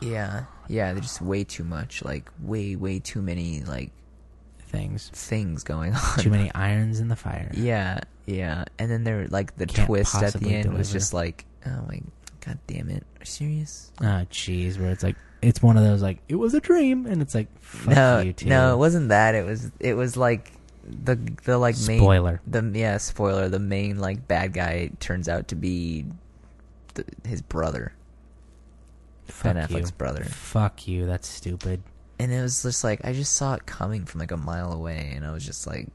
[SPEAKER 1] yeah, yeah. There's just way too much, like way, way too many like [laughs]
[SPEAKER 2] things.
[SPEAKER 1] things going on.
[SPEAKER 2] Too many irons in the fire.
[SPEAKER 1] Yeah, yeah. And then there like the
[SPEAKER 2] Can't
[SPEAKER 1] twist at the
[SPEAKER 2] possibly
[SPEAKER 1] end was
[SPEAKER 2] deliver.
[SPEAKER 1] just like, oh my, god damn it, are you serious?
[SPEAKER 2] Oh, jeez, where it's like it's one of those like it was a dream, and it's like fuck
[SPEAKER 1] no,
[SPEAKER 2] you too.
[SPEAKER 1] no, it wasn't that. It was it was like the the like main
[SPEAKER 2] Spoiler.
[SPEAKER 1] The yeah, spoiler. The main like bad guy turns out to be th his brother,
[SPEAKER 2] fuck
[SPEAKER 1] Ben Affleck's
[SPEAKER 2] you.
[SPEAKER 1] brother,
[SPEAKER 2] Fuck you. That's stupid.
[SPEAKER 1] and it was just like I just saw it coming from like a mile away, and I was just like.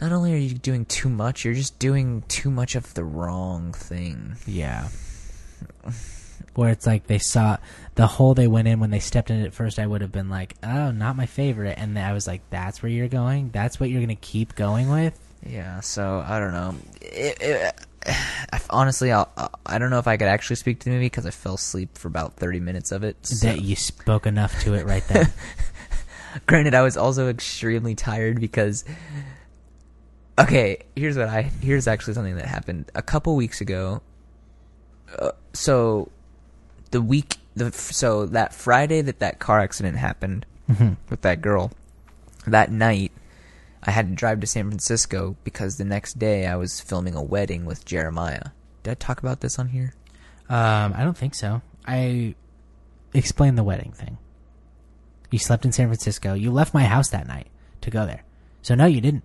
[SPEAKER 1] Not only are you doing too much, you're just doing too much of the wrong thing.
[SPEAKER 2] Yeah. Where it's like they saw the hole they went in when they stepped in it at first. I would have been like, "Oh, not my favorite," and then I was like, "That's where you're going. That's what you're gonna keep going with."
[SPEAKER 1] Yeah, so I don't know. It, it, [sighs] I, honestly, I'll, I don't know if I could actually speak to the movie because I fell asleep for about thirty minutes of it. So.
[SPEAKER 2] That you spoke enough to it right then.
[SPEAKER 1] [laughs] Granted, I was also extremely tired because. Okay, here's what I here's actually something that happened a couple weeks ago. Uh, so, the week the so that Friday that that car accident happened
[SPEAKER 2] Mhm.
[SPEAKER 1] with that girl, that night I had to drive to San Francisco because the next day I was filming a wedding with Jeremiah. Did I talk about this on here?
[SPEAKER 2] um, I don't think so. I explained the wedding thing. You slept in San Francisco. You left my house that night to go there. So no, you didn't.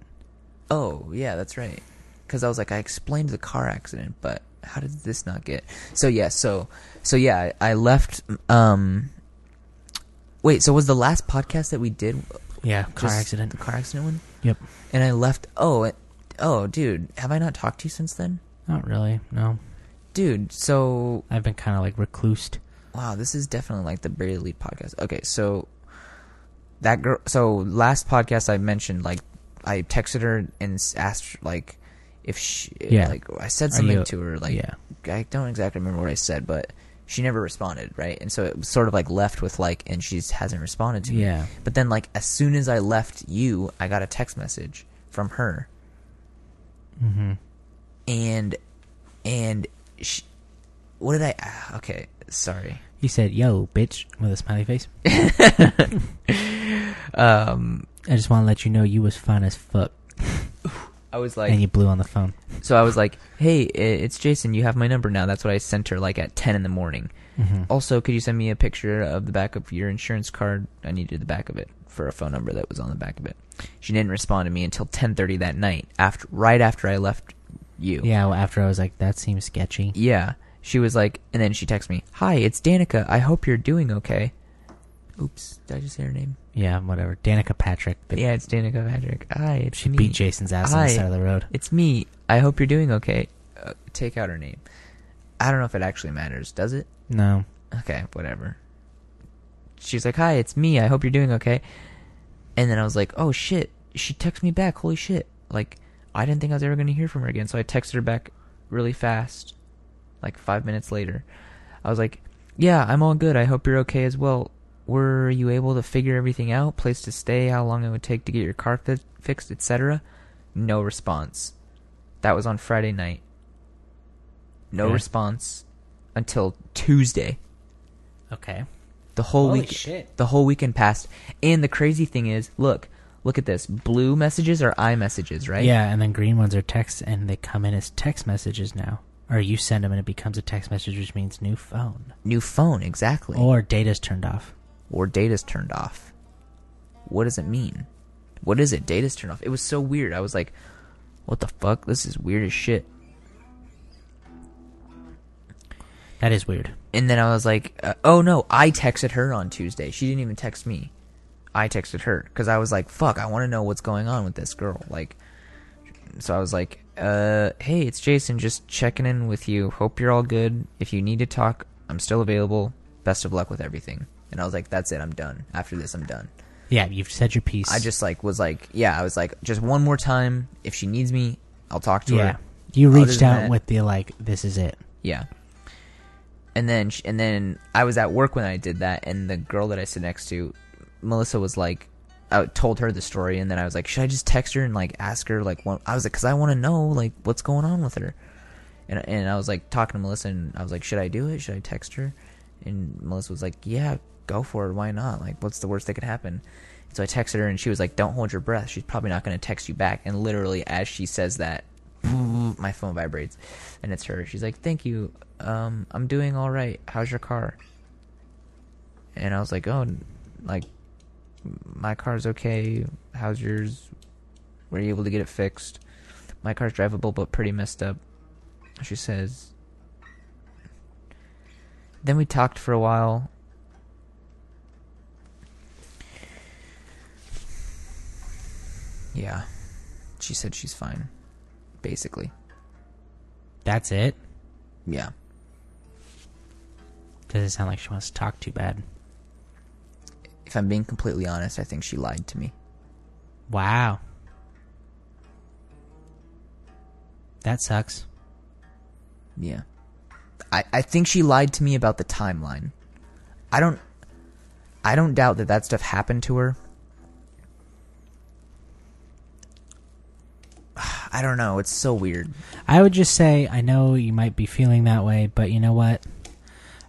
[SPEAKER 1] Oh, yeah, that's right. Because I was like, I explained the car accident, but how did this not get? So yeah, so so yeah, I, I left. Um, wait, so was the last podcast that we did
[SPEAKER 2] Yeah, car
[SPEAKER 1] just
[SPEAKER 2] accident.
[SPEAKER 1] the car accident one?
[SPEAKER 2] Yep.
[SPEAKER 1] And I left. Oh, it- oh, dude, have I not talked to you since then?
[SPEAKER 2] Not really. No,
[SPEAKER 1] Dude, so
[SPEAKER 2] I've been kind of like reclused.
[SPEAKER 1] Wow, this is definitely like the Barely Lead podcast. Okay, so that girl. So last podcast I mentioned, like, I texted her and s- asked, like, if she,
[SPEAKER 2] Yeah.
[SPEAKER 1] like, I said
[SPEAKER 2] Are
[SPEAKER 1] something
[SPEAKER 2] you-
[SPEAKER 1] to her, like,
[SPEAKER 2] yeah.
[SPEAKER 1] I don't exactly remember what I said, but she never responded, right? And so it was sort of like left with like, and she just hasn't responded to me.
[SPEAKER 2] Yeah.
[SPEAKER 1] But then like as soon as I left you, I got a text message from her,
[SPEAKER 2] Mm-hmm.
[SPEAKER 1] and and she, what did I? ah, Okay, sorry.
[SPEAKER 2] He said, "Yo, bitch," with a smiley face.
[SPEAKER 1] [laughs] Um,
[SPEAKER 2] I just want to let you know you was fine as fuck,
[SPEAKER 1] I was like,
[SPEAKER 2] and you blew on the phone.
[SPEAKER 1] so I was like, hey, i- it's Jason. You have my number now. That's what I sent her like at ten in the morning.
[SPEAKER 2] Mhm.
[SPEAKER 1] Also, could you send me a picture of the back of your insurance card? I needed the back of it for a phone number that was on the back of it. She didn't respond to me until 10:30 that night, after right after I left you.
[SPEAKER 2] Yeah. Well, after I was like, that seems sketchy.
[SPEAKER 1] Yeah. She was like, and then she texted me, "Hi, it's Danica. I hope you're doing okay." Oops, did I just say her name?
[SPEAKER 2] Yeah. Whatever. Danica Patrick. the-
[SPEAKER 1] Yeah, it's Danica Patrick. Hi, it's
[SPEAKER 2] She
[SPEAKER 1] me.
[SPEAKER 2] beat Jason's ass on the
[SPEAKER 1] Hi.
[SPEAKER 2] side of the road.
[SPEAKER 1] It's me. I hope you're doing okay. Uh, take out her name. I don't know if it actually matters, does it?
[SPEAKER 2] No.
[SPEAKER 1] okay, whatever. She's like, hi, it's me. I hope you're doing okay. And then I was like, oh shit. She texted me back. Holy shit. Like, I didn't think I was ever going to hear from her again. So I texted her back really fast, like five minutes later. I was like, yeah, I'm all good. I hope you're okay as well. Were you able to figure everything out? Place to stay? How long it would take to get your car fi- fixed, etc.? No response. That was on Friday night. No
[SPEAKER 2] Okay.
[SPEAKER 1] response until Tuesday.
[SPEAKER 2] Okay.
[SPEAKER 1] The whole
[SPEAKER 2] Holy
[SPEAKER 1] week,
[SPEAKER 2] shit.
[SPEAKER 1] the whole weekend passed, and the crazy thing is, look, look at this. Blue messages are i messages, right?
[SPEAKER 2] Yeah, and then green ones are texts, and they come in as text messages now. Or you send them, and it becomes a text message, which means new phone.
[SPEAKER 1] New phone, exactly. Or,
[SPEAKER 2] Or data's turned off.
[SPEAKER 1] data's turned off. What does it mean? What is it? Data's turned off. It was so weird. I was like, what the fuck? This is weird as shit.
[SPEAKER 2] That is weird.
[SPEAKER 1] And then I was like, uh, oh no, I texted her on Tuesday. She didn't even text me. I texted her because I was like, fuck, I want to know what's going on with this girl. Like, so I was like, uh, hey, it's Jason, just checking in with you. Hope you're all good. If you need to talk, I'm still available. Best of luck with everything. And I was like, that's it, I'm done. After this, I'm done.
[SPEAKER 2] Yeah, you've said your piece.
[SPEAKER 1] I just like was like, yeah, I was like, just one more time. If she needs me, I'll talk to
[SPEAKER 2] yeah.
[SPEAKER 1] her.
[SPEAKER 2] You
[SPEAKER 1] Other
[SPEAKER 2] reached
[SPEAKER 1] than
[SPEAKER 2] out
[SPEAKER 1] that-
[SPEAKER 2] with the like, this is it.
[SPEAKER 1] Yeah. And then sh- and then I was at work when I did that, and the girl that I sit next to, Melissa was like, I told her the story, and then I was like, should I just text her and like ask her like what I was like, cause I want to know like what's going on with her, and and I was like talking to Melissa, and I was like, should I do it? Should I text her? And Melissa was like, yeah, go for it. Why not? Like, what's the worst that could happen? So I texted her, and she was like, don't hold your breath. She's probably not going to text you back. And literally, as she says that, [laughs] my phone vibrates and it's her she's like thank you um i'm doing all right how's your car and i was like oh n- like my car's okay how's yours were you able to get it fixed my car's drivable but pretty messed up she says then we talked for a while yeah she said she's fine basically
[SPEAKER 2] That's it.
[SPEAKER 1] yeah
[SPEAKER 2] Doesn't sound like she wants to talk too bad.
[SPEAKER 1] if I'm being completely honest, I think she lied to me.
[SPEAKER 2] Wow. That sucks.
[SPEAKER 1] Yeah. I, I think she lied to me about the timeline. I don't I don't doubt that that stuff happened to her. [sighs] I don't know, it's so weird.
[SPEAKER 2] I would just say I know you might be feeling that way, but you know what?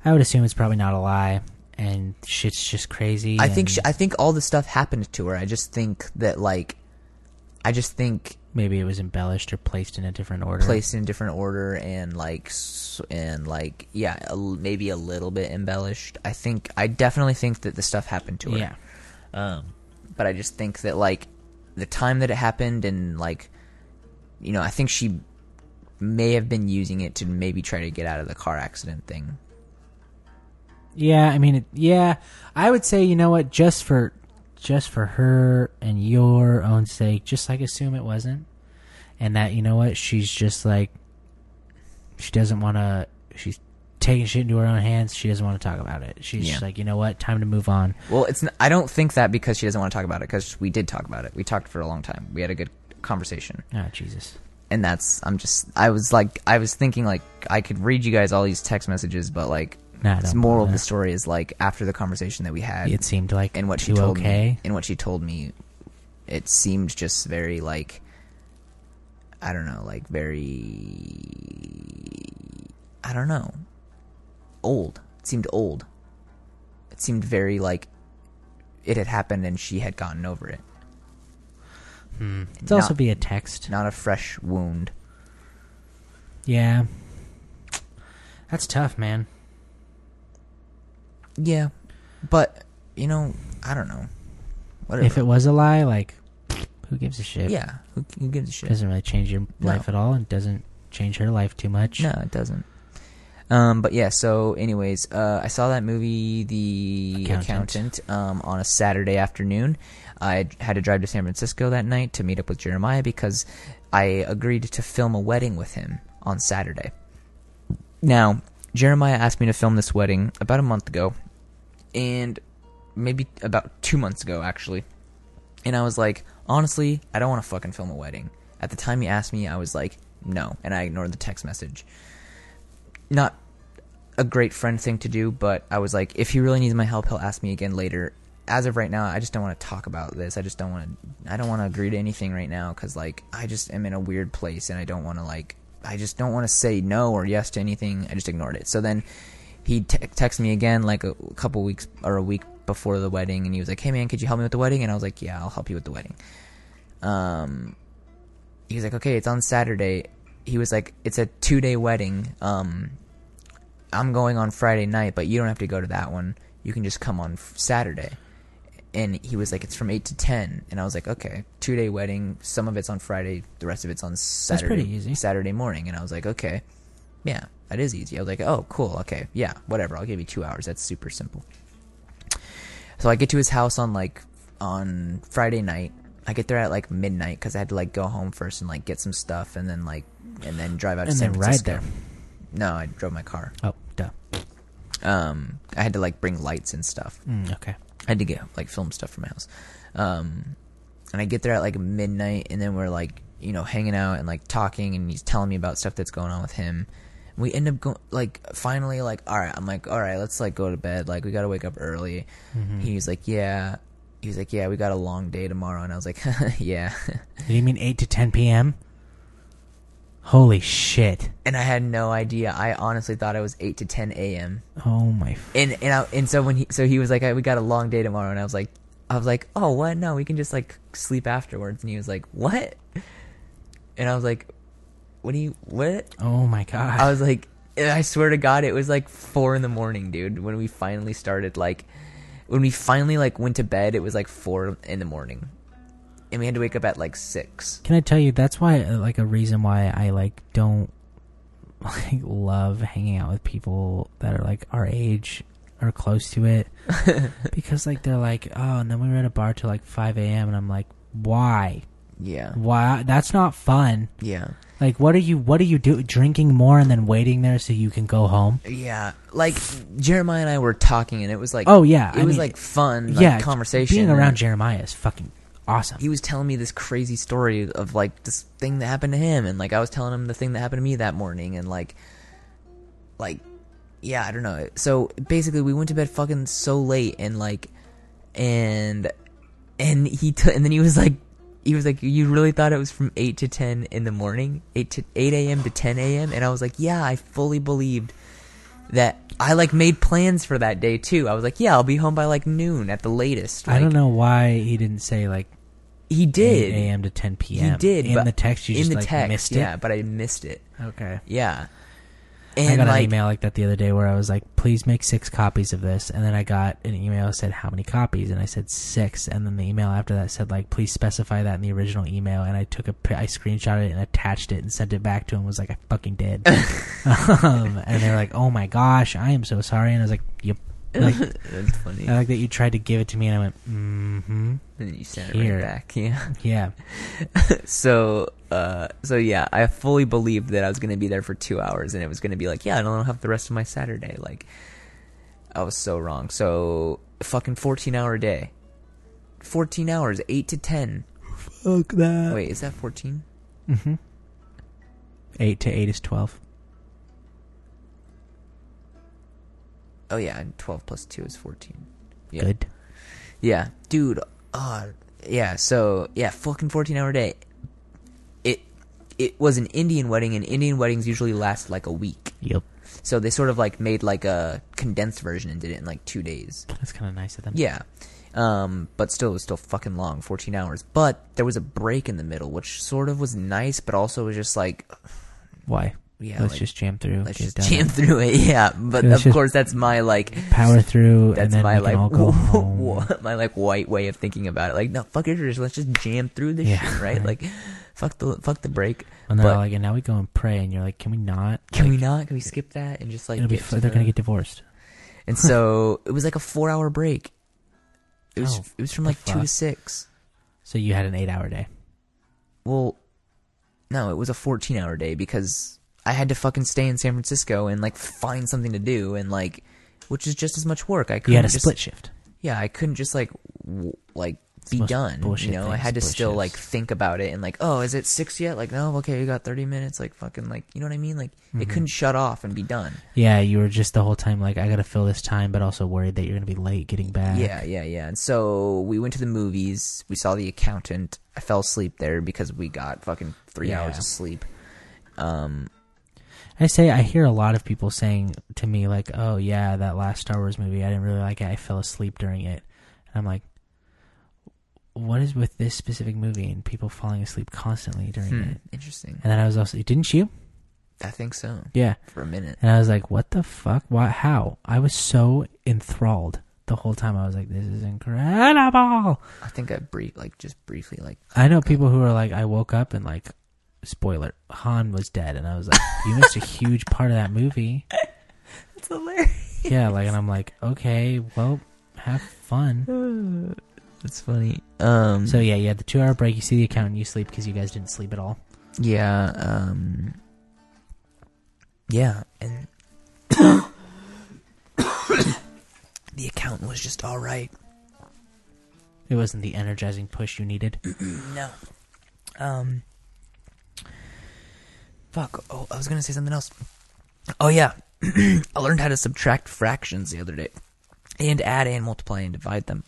[SPEAKER 2] I would assume it's probably not a lie, and shit's just crazy.
[SPEAKER 1] I think
[SPEAKER 2] and
[SPEAKER 1] she, I think all the stuff happened to her. I just think that like I just think
[SPEAKER 2] maybe it was embellished or placed in a different order.
[SPEAKER 1] placed in a different order and like s- and like yeah, a l maybe a little bit embellished. I think I definitely think that the stuff happened to her.
[SPEAKER 2] yeah.
[SPEAKER 1] but I just think that like the time that it happened and like you know, I think she may have been using it to maybe try to get out of the car accident thing.
[SPEAKER 2] Yeah, I mean, it, yeah, I would say you know what, just for just for her and your own sake, just like assume it wasn't, and that you know what, she's just like she doesn't want to. She's taking shit into her own hands. She doesn't want to talk about it. She's
[SPEAKER 1] Yeah.
[SPEAKER 2] just like, you know what, time to move on.
[SPEAKER 1] Well, it's n- I don't think that because she doesn't want to talk about it cuz we did talk about it. We talked for a long time. We had a good conversation.
[SPEAKER 2] Oh Jesus.
[SPEAKER 1] And that's I'm just I was like I was thinking like I could read you guys all these text messages but like
[SPEAKER 2] No, I don't
[SPEAKER 1] This
[SPEAKER 2] believe
[SPEAKER 1] moral of
[SPEAKER 2] that.
[SPEAKER 1] the story is like after the conversation that we had,
[SPEAKER 2] It seemed like
[SPEAKER 1] and what she
[SPEAKER 2] too
[SPEAKER 1] told
[SPEAKER 2] okay.
[SPEAKER 1] me, and what she told me, it seemed just very like, I don't know, like very, I don't know, old. It seemed old. It seemed very like it had happened and she had gotten over it.
[SPEAKER 2] Hmm. It's
[SPEAKER 1] Not-
[SPEAKER 2] also via text.
[SPEAKER 1] Not a fresh wound.
[SPEAKER 2] Yeah. That's tough, man.
[SPEAKER 1] Yeah, but you know, I don't know. Whatever.
[SPEAKER 2] If it was a lie, like, who gives a shit?
[SPEAKER 1] yeah, who, who gives a shit?
[SPEAKER 2] doesn't really change your
[SPEAKER 1] No.
[SPEAKER 2] life at all and doesn't change her life too much.
[SPEAKER 1] No, it doesn't. Um, but yeah, so anyways, uh, I saw that movie, The
[SPEAKER 2] Accountant.
[SPEAKER 1] Accountant, um, on a Saturday afternoon. I had to drive to San Francisco that night to meet up with Jeremiah because I agreed to film a wedding with him on Saturday. Now, Jeremiah asked me to film this wedding about a month ago, and maybe about two months ago, actually. And I was like, honestly, I don't want to fucking film a wedding. At the time he asked me, I was like, no. And I ignored the text message. Not a great friend thing to do, but I was like, if he really needs my help, he'll ask me again later. As of right now, I just don't want to talk about this. I just don't want to. I don't want to agree to anything right now because, like, I just am in a weird place and I don't want to, like, I just don't want to say no or yes to anything. I just ignored it. So then he te- texted me again, like, a couple weeks or a week before the wedding, and he was like, hey, man, could you help me with the wedding? And I was like, yeah, I'll help you with the wedding um he was like okay it's on saturday he was like it's a two day wedding um i'm going on friday night but you don't have to go to that one you can just come on f- saturday and he was like it's from 8 to 10 and i was like okay two day wedding some of it's on friday the rest of it's on saturday
[SPEAKER 2] pretty easy.
[SPEAKER 1] saturday morning and i was like okay yeah that is easy i was like oh cool okay yeah whatever i'll give you two hours that's super simple so I get to his house on like on Friday night. I get there at like midnight because I had to like go home first and like get some stuff and then like and then drive out to
[SPEAKER 2] And
[SPEAKER 1] San
[SPEAKER 2] then ride
[SPEAKER 1] Francisco.
[SPEAKER 2] there.
[SPEAKER 1] No, I drove my car.
[SPEAKER 2] Oh, duh.
[SPEAKER 1] Um, I had to like bring lights and stuff. [laughs]
[SPEAKER 2] Mm, okay.
[SPEAKER 1] I had to get like film stuff from my house. Um, and I get there at like midnight, and then we're like, you know, hanging out and like talking, and he's telling me about stuff that's going on with him. We end up going like finally like all right. I'm like all right, let's like go to bed. Like we gotta wake up early. He's like yeah. He was like yeah, we got a long day tomorrow, and I was like [laughs] yeah.
[SPEAKER 2] Did you mean 8 to 10 p.m.? Holy shit.
[SPEAKER 1] and I had no idea. I honestly thought it was eight to ten a.m.
[SPEAKER 2] Oh, my. F-
[SPEAKER 1] and and I, and so when he so he was like, I, we got a long day tomorrow, and I was like, I was like, oh what? No, we can just like sleep afterwards. And he was like, what? And I was like, what do you what?
[SPEAKER 2] oh, my God.
[SPEAKER 1] I was like, and I swear to God, it was like four in the morning, dude. When we finally started, like, when we finally like went to bed, it was like four in the morning, and we had to wake up at like six.
[SPEAKER 2] Can I tell you that's why uh, like a reason why I like don't [laughs] like love hanging out with people that are like our age or close
[SPEAKER 1] [laughs]
[SPEAKER 2] to it because like they're like oh and then we were at a bar till like 5 a.m and i'm like why
[SPEAKER 1] Yeah,
[SPEAKER 2] why that's not fun
[SPEAKER 1] yeah,
[SPEAKER 2] like what are you what are you do drinking more and then waiting there so you can go home
[SPEAKER 1] yeah. Like Jeremiah and I were talking, and it was like,
[SPEAKER 2] oh yeah
[SPEAKER 1] it
[SPEAKER 2] I
[SPEAKER 1] was
[SPEAKER 2] mean,
[SPEAKER 1] like fun, like,
[SPEAKER 2] yeah
[SPEAKER 1] conversation.
[SPEAKER 2] being
[SPEAKER 1] and-
[SPEAKER 2] around jeremiah is fucking awesome
[SPEAKER 1] he was telling me this crazy story of like this thing that happened to him and like I was telling him the thing that happened to me that morning and like like yeah, I don't know. So basically we went to bed fucking so late and like and and he t- and then he was like he was like you really thought it was from 8 to 10 in the morning 8 to 8 a.m to 10 a.m and i was like yeah i fully believed that i like made plans for that day too i was like yeah i'll be home by like noon at the latest
[SPEAKER 2] i don't
[SPEAKER 1] Like,
[SPEAKER 2] know why he didn't say like
[SPEAKER 1] he
[SPEAKER 2] 8
[SPEAKER 1] did
[SPEAKER 2] a.m. to 10 p.m.
[SPEAKER 1] You did
[SPEAKER 2] in
[SPEAKER 1] but
[SPEAKER 2] the text. You
[SPEAKER 1] in
[SPEAKER 2] just
[SPEAKER 1] the
[SPEAKER 2] like
[SPEAKER 1] text,
[SPEAKER 2] missed
[SPEAKER 1] Yeah,
[SPEAKER 2] it.
[SPEAKER 1] but I missed it.
[SPEAKER 2] Okay.
[SPEAKER 1] Yeah, and
[SPEAKER 2] I got
[SPEAKER 1] like [laughs]
[SPEAKER 2] an email like that the other day where I was like, "Please make six copies of this," and then I got an email that said how many copies, and I said six, and then the email after that said like, "Please specify that in the original email," and I took a pi- I screenshotted it and attached it and sent it back to him. Was like, "I fucking did," um, and they were like, "Oh my gosh, I am so sorry," and I was like, "Yep." Like,
[SPEAKER 1] that's funny.
[SPEAKER 2] I like that you tried to give it to me, and I went, "Mm-hmm,
[SPEAKER 1] and then you sent it
[SPEAKER 2] here.
[SPEAKER 1] right back. [laughs] Yeah.
[SPEAKER 2] yeah."
[SPEAKER 1] So, uh, so yeah, I fully believed that I was going to be there for two hours, and it was going to be like, yeah, I don't have the rest of my Saturday. Like, I was so wrong. So, fucking fourteen hour day, fourteen hours, eight to ten.
[SPEAKER 2] Fuck that.
[SPEAKER 1] Wait, is that fourteen?
[SPEAKER 2] Mm-hmm. Eight to eight is twelve.
[SPEAKER 1] Oh yeah, and twelve plus two is fourteen. Yeah.
[SPEAKER 2] Good.
[SPEAKER 1] Yeah, dude. Uh, yeah. So yeah, fucking fourteen hour day. It it was an Indian wedding, and Indian weddings usually last like a week.
[SPEAKER 2] Yep.
[SPEAKER 1] So they sort of like made like a condensed version and did it in like two days.
[SPEAKER 2] That's kind of nice of them.
[SPEAKER 1] Yeah. Um, but still, it was still fucking long, 14 hours. But there was a break in the middle, which sort of was nice, but also was just like,
[SPEAKER 2] Why?
[SPEAKER 1] Yeah,
[SPEAKER 2] Let's
[SPEAKER 1] like,
[SPEAKER 2] just jam through.
[SPEAKER 1] let's
[SPEAKER 2] get
[SPEAKER 1] just
[SPEAKER 2] it done.
[SPEAKER 1] jam [laughs] through it. Yeah. But
[SPEAKER 2] Let's
[SPEAKER 1] of
[SPEAKER 2] just-
[SPEAKER 1] course, that's my like,
[SPEAKER 2] Power through, and
[SPEAKER 1] that's
[SPEAKER 2] then
[SPEAKER 1] my
[SPEAKER 2] we can
[SPEAKER 1] like, [laughs]
[SPEAKER 2] all go home.
[SPEAKER 1] my like white way of thinking about it. Like, no, fuck it, just- let's just jam through this
[SPEAKER 2] Yeah,
[SPEAKER 1] shit, right?
[SPEAKER 2] right.
[SPEAKER 1] Like, fuck the fuck the break.
[SPEAKER 2] And they're
[SPEAKER 1] but-
[SPEAKER 2] like, and now we go and pray, and you're like, can we not?
[SPEAKER 1] Can
[SPEAKER 2] Like,
[SPEAKER 1] we not? Can we skip that and just like
[SPEAKER 2] It'll be.
[SPEAKER 1] get
[SPEAKER 2] fu-
[SPEAKER 1] to
[SPEAKER 2] they're
[SPEAKER 1] the-
[SPEAKER 2] gonna get divorced.
[SPEAKER 1] And so [laughs] it was like a four hour break. It was
[SPEAKER 2] Oh,
[SPEAKER 1] it was from
[SPEAKER 2] the
[SPEAKER 1] like two to
[SPEAKER 2] fuck?
[SPEAKER 1] six.
[SPEAKER 2] So you had an eight-hour day.
[SPEAKER 1] Well, no, it was a 14 hour day because I had to fucking stay in San Francisco and like find something to do and like, which is just as much work. I couldn't
[SPEAKER 2] You had a
[SPEAKER 1] just,
[SPEAKER 2] split shift.
[SPEAKER 1] Yeah, I couldn't just like w- like be
[SPEAKER 2] most
[SPEAKER 1] done.
[SPEAKER 2] bullshit
[SPEAKER 1] You know, I
[SPEAKER 2] thing is
[SPEAKER 1] had to
[SPEAKER 2] split
[SPEAKER 1] still like
[SPEAKER 2] shifts.
[SPEAKER 1] think about it and like, oh, is it six yet? Like, no, okay, you got 30 minutes. Like, fucking, like, you know what I mean? Like,
[SPEAKER 2] Mm-hmm.
[SPEAKER 1] it couldn't shut off and be done.
[SPEAKER 2] Yeah, you were just the whole time like, I gotta fill this time, but also worried that you're gonna be late getting back.
[SPEAKER 1] Yeah, yeah, yeah. And so we went to the movies. We saw The Accountant. I fell asleep there because we got fucking three
[SPEAKER 2] Yeah.
[SPEAKER 1] hours of sleep. Um,
[SPEAKER 2] I say I hear a lot of people saying to me like, "Oh yeah, that last Star Wars movie, I didn't really like it. I fell asleep during it." And I'm like, "What is with this specific movie and people falling asleep constantly during
[SPEAKER 1] Hmm,
[SPEAKER 2] it?"
[SPEAKER 1] interesting.
[SPEAKER 2] And then I was also, "Didn't you?"
[SPEAKER 1] I think so.
[SPEAKER 2] Yeah.
[SPEAKER 1] For a minute.
[SPEAKER 2] And I was like, "What the fuck? Why? How?" I was so enthralled the whole time. I was like, "This is incredible."
[SPEAKER 1] I think I brief, like just briefly, like
[SPEAKER 2] I know people who are like, "I woke up and like, spoiler, Han was dead," and I was like, [laughs] "You missed a huge part of that movie."
[SPEAKER 1] [laughs] that's hilarious.
[SPEAKER 2] Yeah, like, and I'm like, "Okay, well." Have fun.
[SPEAKER 1] That's funny. Um.
[SPEAKER 2] So yeah, you had the two hour break. You see the accountant. You sleep because you guys didn't sleep at all.
[SPEAKER 1] yeah. Um. Yeah, and [coughs] the accountant was just all right.
[SPEAKER 2] It wasn't the energizing push you needed.
[SPEAKER 1] No. Um. Fuck. Oh, I was gonna say something else. Oh yeah, [clears throat] I learned how to subtract fractions the other day, and add and multiply and divide them.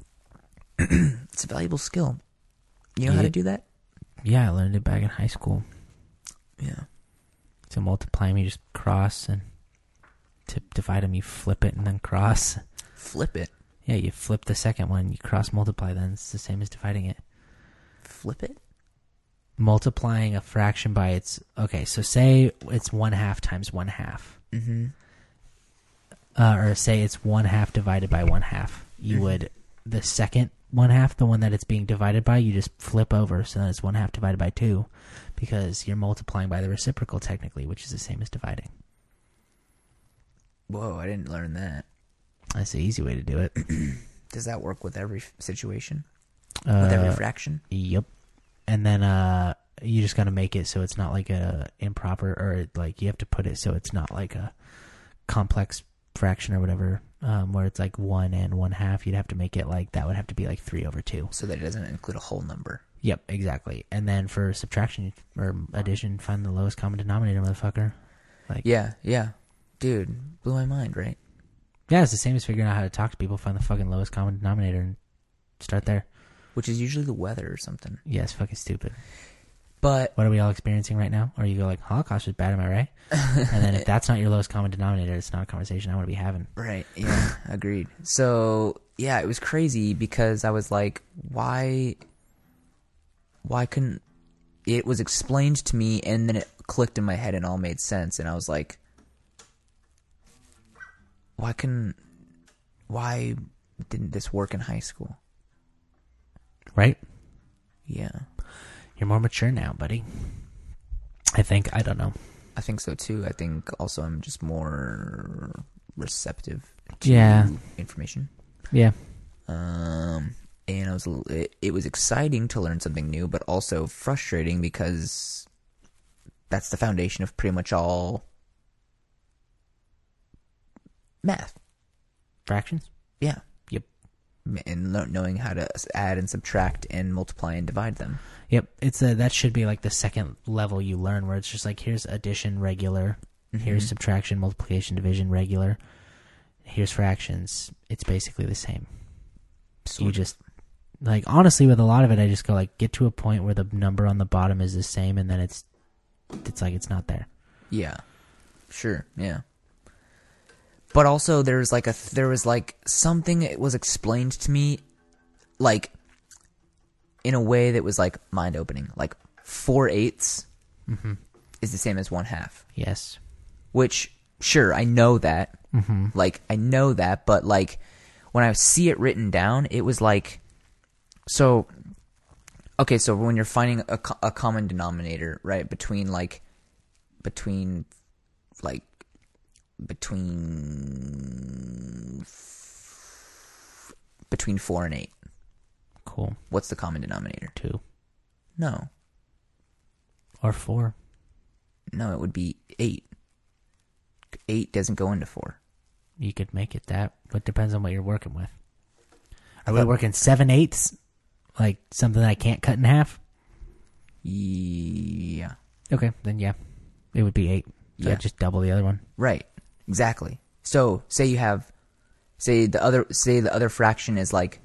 [SPEAKER 1] [clears throat] it's a valuable skill. You know how
[SPEAKER 2] Yeah.
[SPEAKER 1] to do that?
[SPEAKER 2] Yeah, I learned it back in high school.
[SPEAKER 1] Yeah.
[SPEAKER 2] To multiply 'em, you just cross, and to divide 'em, you flip it and then cross.
[SPEAKER 1] Flip it.
[SPEAKER 2] Yeah, you flip the second one. You cross multiply. Then it's the same as dividing it.
[SPEAKER 1] Flip it.
[SPEAKER 2] Multiplying a fraction by its okay. So say it's one half times one half,
[SPEAKER 1] Mm-hmm.
[SPEAKER 2] uh, or say it's one half divided by one half. You would the second one half, the one that it's being divided by, you just flip over so that it's one half divided by two, because you're multiplying by the reciprocal technically, which is the same as dividing.
[SPEAKER 1] Whoa! I didn't learn that.
[SPEAKER 2] That's the easy way to do it.
[SPEAKER 1] Does that work with every f- situation? With every
[SPEAKER 2] Uh,
[SPEAKER 1] fraction?
[SPEAKER 2] yep. And then uh, you just gotta make it so it's not like a improper or like you have to put it so it's not like a complex fraction or whatever. Um, where it's like one and one half, you'd have to make it like that would have to be like three over two.
[SPEAKER 1] So that it doesn't include a whole number.
[SPEAKER 2] Yep, exactly. And then for subtraction or addition, find the lowest common denominator, motherfucker. Like, yeah.
[SPEAKER 1] Yeah. Yeah. Dude, blew my mind. Right.
[SPEAKER 2] it's the same as figuring out how to talk to people. Find the fucking lowest common denominator and start there.
[SPEAKER 1] Which is usually the weather or something.
[SPEAKER 2] Yeah, it's fucking stupid.
[SPEAKER 1] But
[SPEAKER 2] What are we all experiencing right now? Or you go like, Holocaust was bad, am I right? And
[SPEAKER 1] Uh,
[SPEAKER 2] then if that's not your lowest common denominator, it's not a conversation I want to be having.
[SPEAKER 1] [laughs] Right. Yeah. agreed. So yeah, it was crazy because I was like, why? Why couldn't? It was explained to me, and then it clicked in my head, and all made sense. And I was like, why couldn't? Why didn't this work in high school?
[SPEAKER 2] Right?
[SPEAKER 1] Yeah,
[SPEAKER 2] You're more mature now, buddy. I think. I don't know.
[SPEAKER 1] I think so too. I think also I'm just more receptive to
[SPEAKER 2] Yeah.
[SPEAKER 1] information.
[SPEAKER 2] Yeah.
[SPEAKER 1] um, and I was a little, it, it was exciting to learn something new, but also frustrating because that's the foundation of pretty much all math.
[SPEAKER 2] Fractions?
[SPEAKER 1] Yeah,
[SPEAKER 2] Yep.
[SPEAKER 1] and lear- knowing how to s- add and subtract and multiply and divide them.
[SPEAKER 2] Yep, it's a that should be like the second level you learn
[SPEAKER 1] Mm-hmm.
[SPEAKER 2] where it's just like here's addition regular, here's subtraction, multiplication, division regular, Here's for actions. It's basically the same.
[SPEAKER 1] Sort
[SPEAKER 2] you
[SPEAKER 1] of.
[SPEAKER 2] just like honestly with a lot of it, I just go like get to a point where the number on the bottom is the same, and then it's it's like it's not there.
[SPEAKER 1] Yeah. Sure. Yeah. But also there was like a there was like something it was explained to me like in a way that was like mind opening. Like four eighths is the same as one half.
[SPEAKER 2] Yes.
[SPEAKER 1] Which sure, I know that. Mm-hmm. Like I know that, but like when I see it written down, it was like so okay, so when you're finding a, co- a common denominator, right, between like between like between f- between 4 and 8
[SPEAKER 2] Cool.
[SPEAKER 1] what's the common denominator
[SPEAKER 2] Two
[SPEAKER 1] no
[SPEAKER 2] or four.
[SPEAKER 1] no it would be 8 8 doesn't go into 4
[SPEAKER 2] You could make it that, but depends on what you're working with. Are we
[SPEAKER 1] thought-
[SPEAKER 2] working seven eighths? Like something that I can't cut in half?
[SPEAKER 1] yeah
[SPEAKER 2] Okay, then yeah. It would be eight. So
[SPEAKER 1] Yeah.
[SPEAKER 2] I'd just double the other one.
[SPEAKER 1] right exactly so say you have say the other say the other fraction is like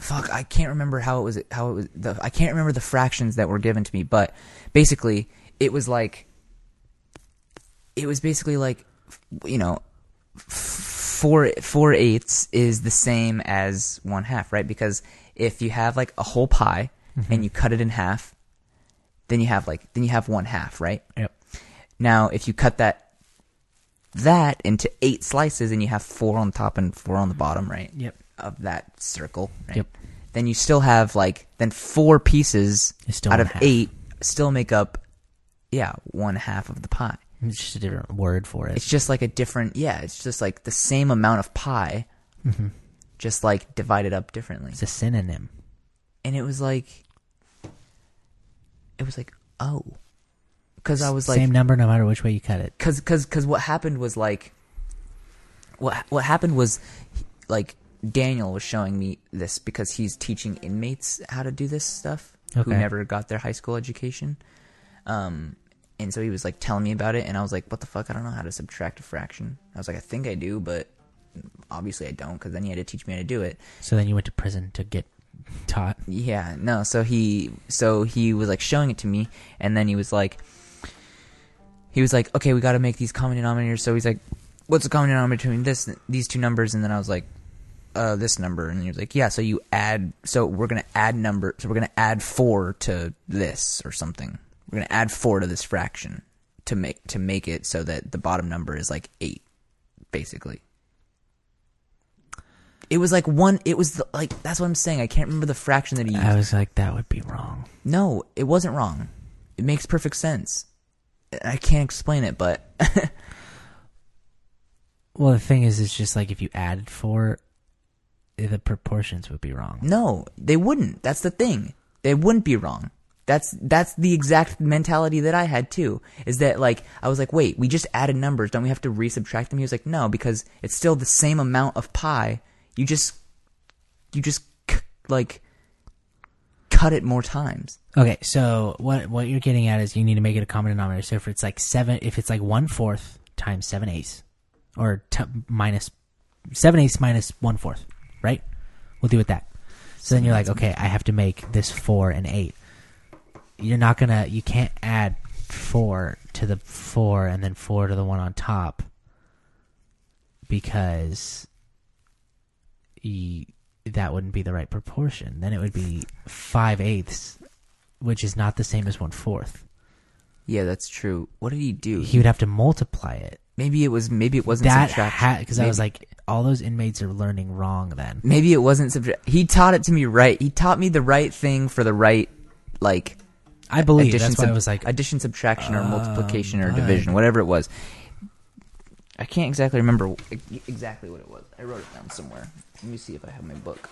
[SPEAKER 1] fuck i can't remember how it was how it was the, i can't remember the fractions that were given to me but basically it was like it was basically like f- you know f- four four eighths is the same as one half right because if you have like a whole pie and you cut it in half then you have like then you have one half right
[SPEAKER 2] Yep.
[SPEAKER 1] now if you cut that that into eight slices and you have four on top and four on the bottom right
[SPEAKER 2] Yep.
[SPEAKER 1] of that circle. Right?
[SPEAKER 2] Yep.
[SPEAKER 1] Then you still have like then four pieces
[SPEAKER 2] It's still
[SPEAKER 1] out
[SPEAKER 2] one
[SPEAKER 1] of
[SPEAKER 2] half.
[SPEAKER 1] eight still make up yeah one half of the pie.
[SPEAKER 2] It's just a different word for it.
[SPEAKER 1] It's just like a different yeah. It's just like the same amount of pie,
[SPEAKER 2] Mm-hmm.
[SPEAKER 1] just like divided up differently.
[SPEAKER 2] It's a synonym.
[SPEAKER 1] And it was like, it was like oh, because I was like
[SPEAKER 2] Same number no matter which way you cut it.
[SPEAKER 1] because because because what happened was like what what happened was like Daniel was showing me this because he's teaching inmates how to do this stuff who
[SPEAKER 2] Okay.
[SPEAKER 1] never got their high school education um and so he was like telling me about it and I was like what the fuck I don't know how to subtract a fraction I was like I think I do but obviously I don't because then he had to teach me how to do it
[SPEAKER 2] So then you went to prison to get taught.
[SPEAKER 1] yeah, no. So he so he was like showing it to me, and then he was like, he was like, okay, we got to make these common denominators. So he's like, what's the common denominator between this these two numbers? And then I was like, uh, this number, and he was like, yeah. So you add. So we're gonna add number. So we're gonna add four to this or something. We're gonna add four to this fraction to make to make it so that the bottom number is like eight, basically. It was like one. It was the, like that's what I'm saying. I can't remember the fraction that he used.
[SPEAKER 2] I was like, that would be wrong.
[SPEAKER 1] No, it wasn't wrong. It makes perfect sense. I can't explain it, but [laughs]
[SPEAKER 2] Well, the thing is, it's just like if you added four, the proportions would be wrong.
[SPEAKER 1] no, they wouldn't. That's the thing. They wouldn't be wrong. That's that's the exact mentality that I had too. Is that like I was like, wait, we just added numbers. Don't we have to re-subtract them? He was like, no, because it's still the same amount of pie. You just you just c- like cut it more times.
[SPEAKER 2] Okay, so what what you're getting at is you need to make it a common denominator. So if it's like seven, if it's like one fourth times seven eighths, or t- minus seven eighths minus one fourth, right? We'll do it that. So then you're like, okay, I have to make this four and eight. You're not gonna, you can't add four to the four and then four to the one on top because you, that wouldn't be the right proportion. Then it would be five eighths, which is not the same as one fourth.
[SPEAKER 1] Yeah, that's true. What did he do?
[SPEAKER 2] He would have to multiply it.
[SPEAKER 1] maybe it was maybe it wasn't
[SPEAKER 2] That
[SPEAKER 1] subtraction.
[SPEAKER 2] because I was
[SPEAKER 1] Maybe-
[SPEAKER 2] like, all those inmates are learning wrong. Then
[SPEAKER 1] maybe it wasn't subject. He taught it to me right. He taught me the right thing for the right like
[SPEAKER 2] I believe
[SPEAKER 1] addition.
[SPEAKER 2] that's why
[SPEAKER 1] sub-
[SPEAKER 2] I was like, uh,
[SPEAKER 1] addition, subtraction, or multiplication, or
[SPEAKER 2] bud.
[SPEAKER 1] division, whatever it was. I can't exactly remember e- exactly what it was. I wrote it down somewhere. Let me see if I have my book,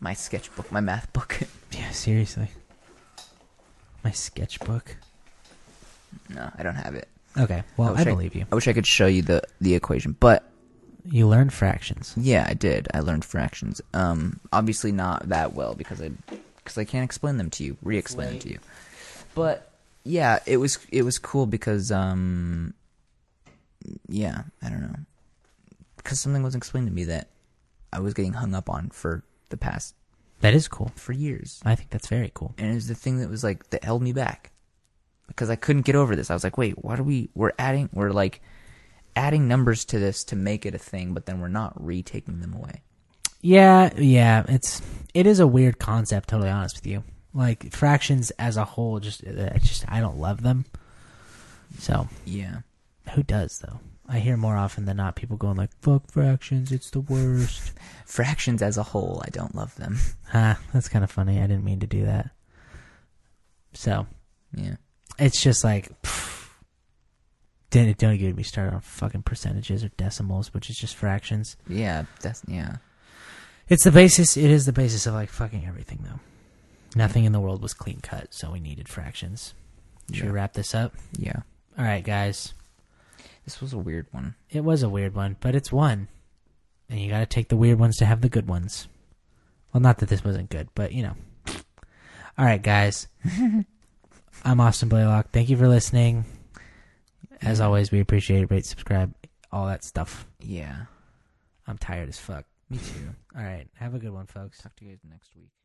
[SPEAKER 1] my sketchbook, my math book. [laughs]
[SPEAKER 2] yeah, seriously. My sketchbook.
[SPEAKER 1] no, I don't have it.
[SPEAKER 2] Okay, well,
[SPEAKER 1] wish
[SPEAKER 2] I believe you.
[SPEAKER 1] I wish I could show you the the equation, but
[SPEAKER 2] You learn fractions.
[SPEAKER 1] Yeah, I did. I learned fractions. Um, obviously not that well because I because I can't explain them to you, re-explain them to you. But yeah, it was it was cool because um, yeah, I don't know. because something was explained to me that I was getting hung up on for the past
[SPEAKER 2] That is cool.
[SPEAKER 1] for years,
[SPEAKER 2] I think that's very cool.
[SPEAKER 1] and it was the thing that was like that held me back because I couldn't get over this. I was like, wait, what are we? We're adding, we're like adding numbers to this to make it a thing, but then we're not retaking them away.
[SPEAKER 2] Yeah, yeah, it's it is a weird concept. Totally honest with you, like fractions as a whole, just uh, it's just I don't love them. So
[SPEAKER 1] Yeah,
[SPEAKER 2] who does though? I hear more often than not people going like "fuck fractions," it's the worst.
[SPEAKER 1] fractions as a whole, I don't love them. [laughs]
[SPEAKER 2] huh? That's kind of funny. I didn't mean to do that. So
[SPEAKER 1] Yeah,
[SPEAKER 2] it's just like, pff, don't don't get me started on fucking percentages or decimals, which is just fractions.
[SPEAKER 1] yeah, that's yeah.
[SPEAKER 2] It's the basis. It is the basis of like fucking everything, though. Nothing in the world was clean cut, so we needed fractions. Should
[SPEAKER 1] Yeah.
[SPEAKER 2] we wrap this up?
[SPEAKER 1] Yeah.
[SPEAKER 2] All right, guys.
[SPEAKER 1] This was a weird one.
[SPEAKER 2] It was a weird one, but it's one, and you got to take the weird ones to have the good ones. Well, not that this wasn't good, but you know. All right, guys. I'm Austin Blaylock. Thank you for listening. As
[SPEAKER 1] Yeah.
[SPEAKER 2] always, we appreciate it. Rate, subscribe, all that stuff.
[SPEAKER 1] Yeah.
[SPEAKER 2] I'm tired as fuck.
[SPEAKER 1] Me too.
[SPEAKER 2] All right. Have a good one, folks.
[SPEAKER 1] Talk to you guys next week.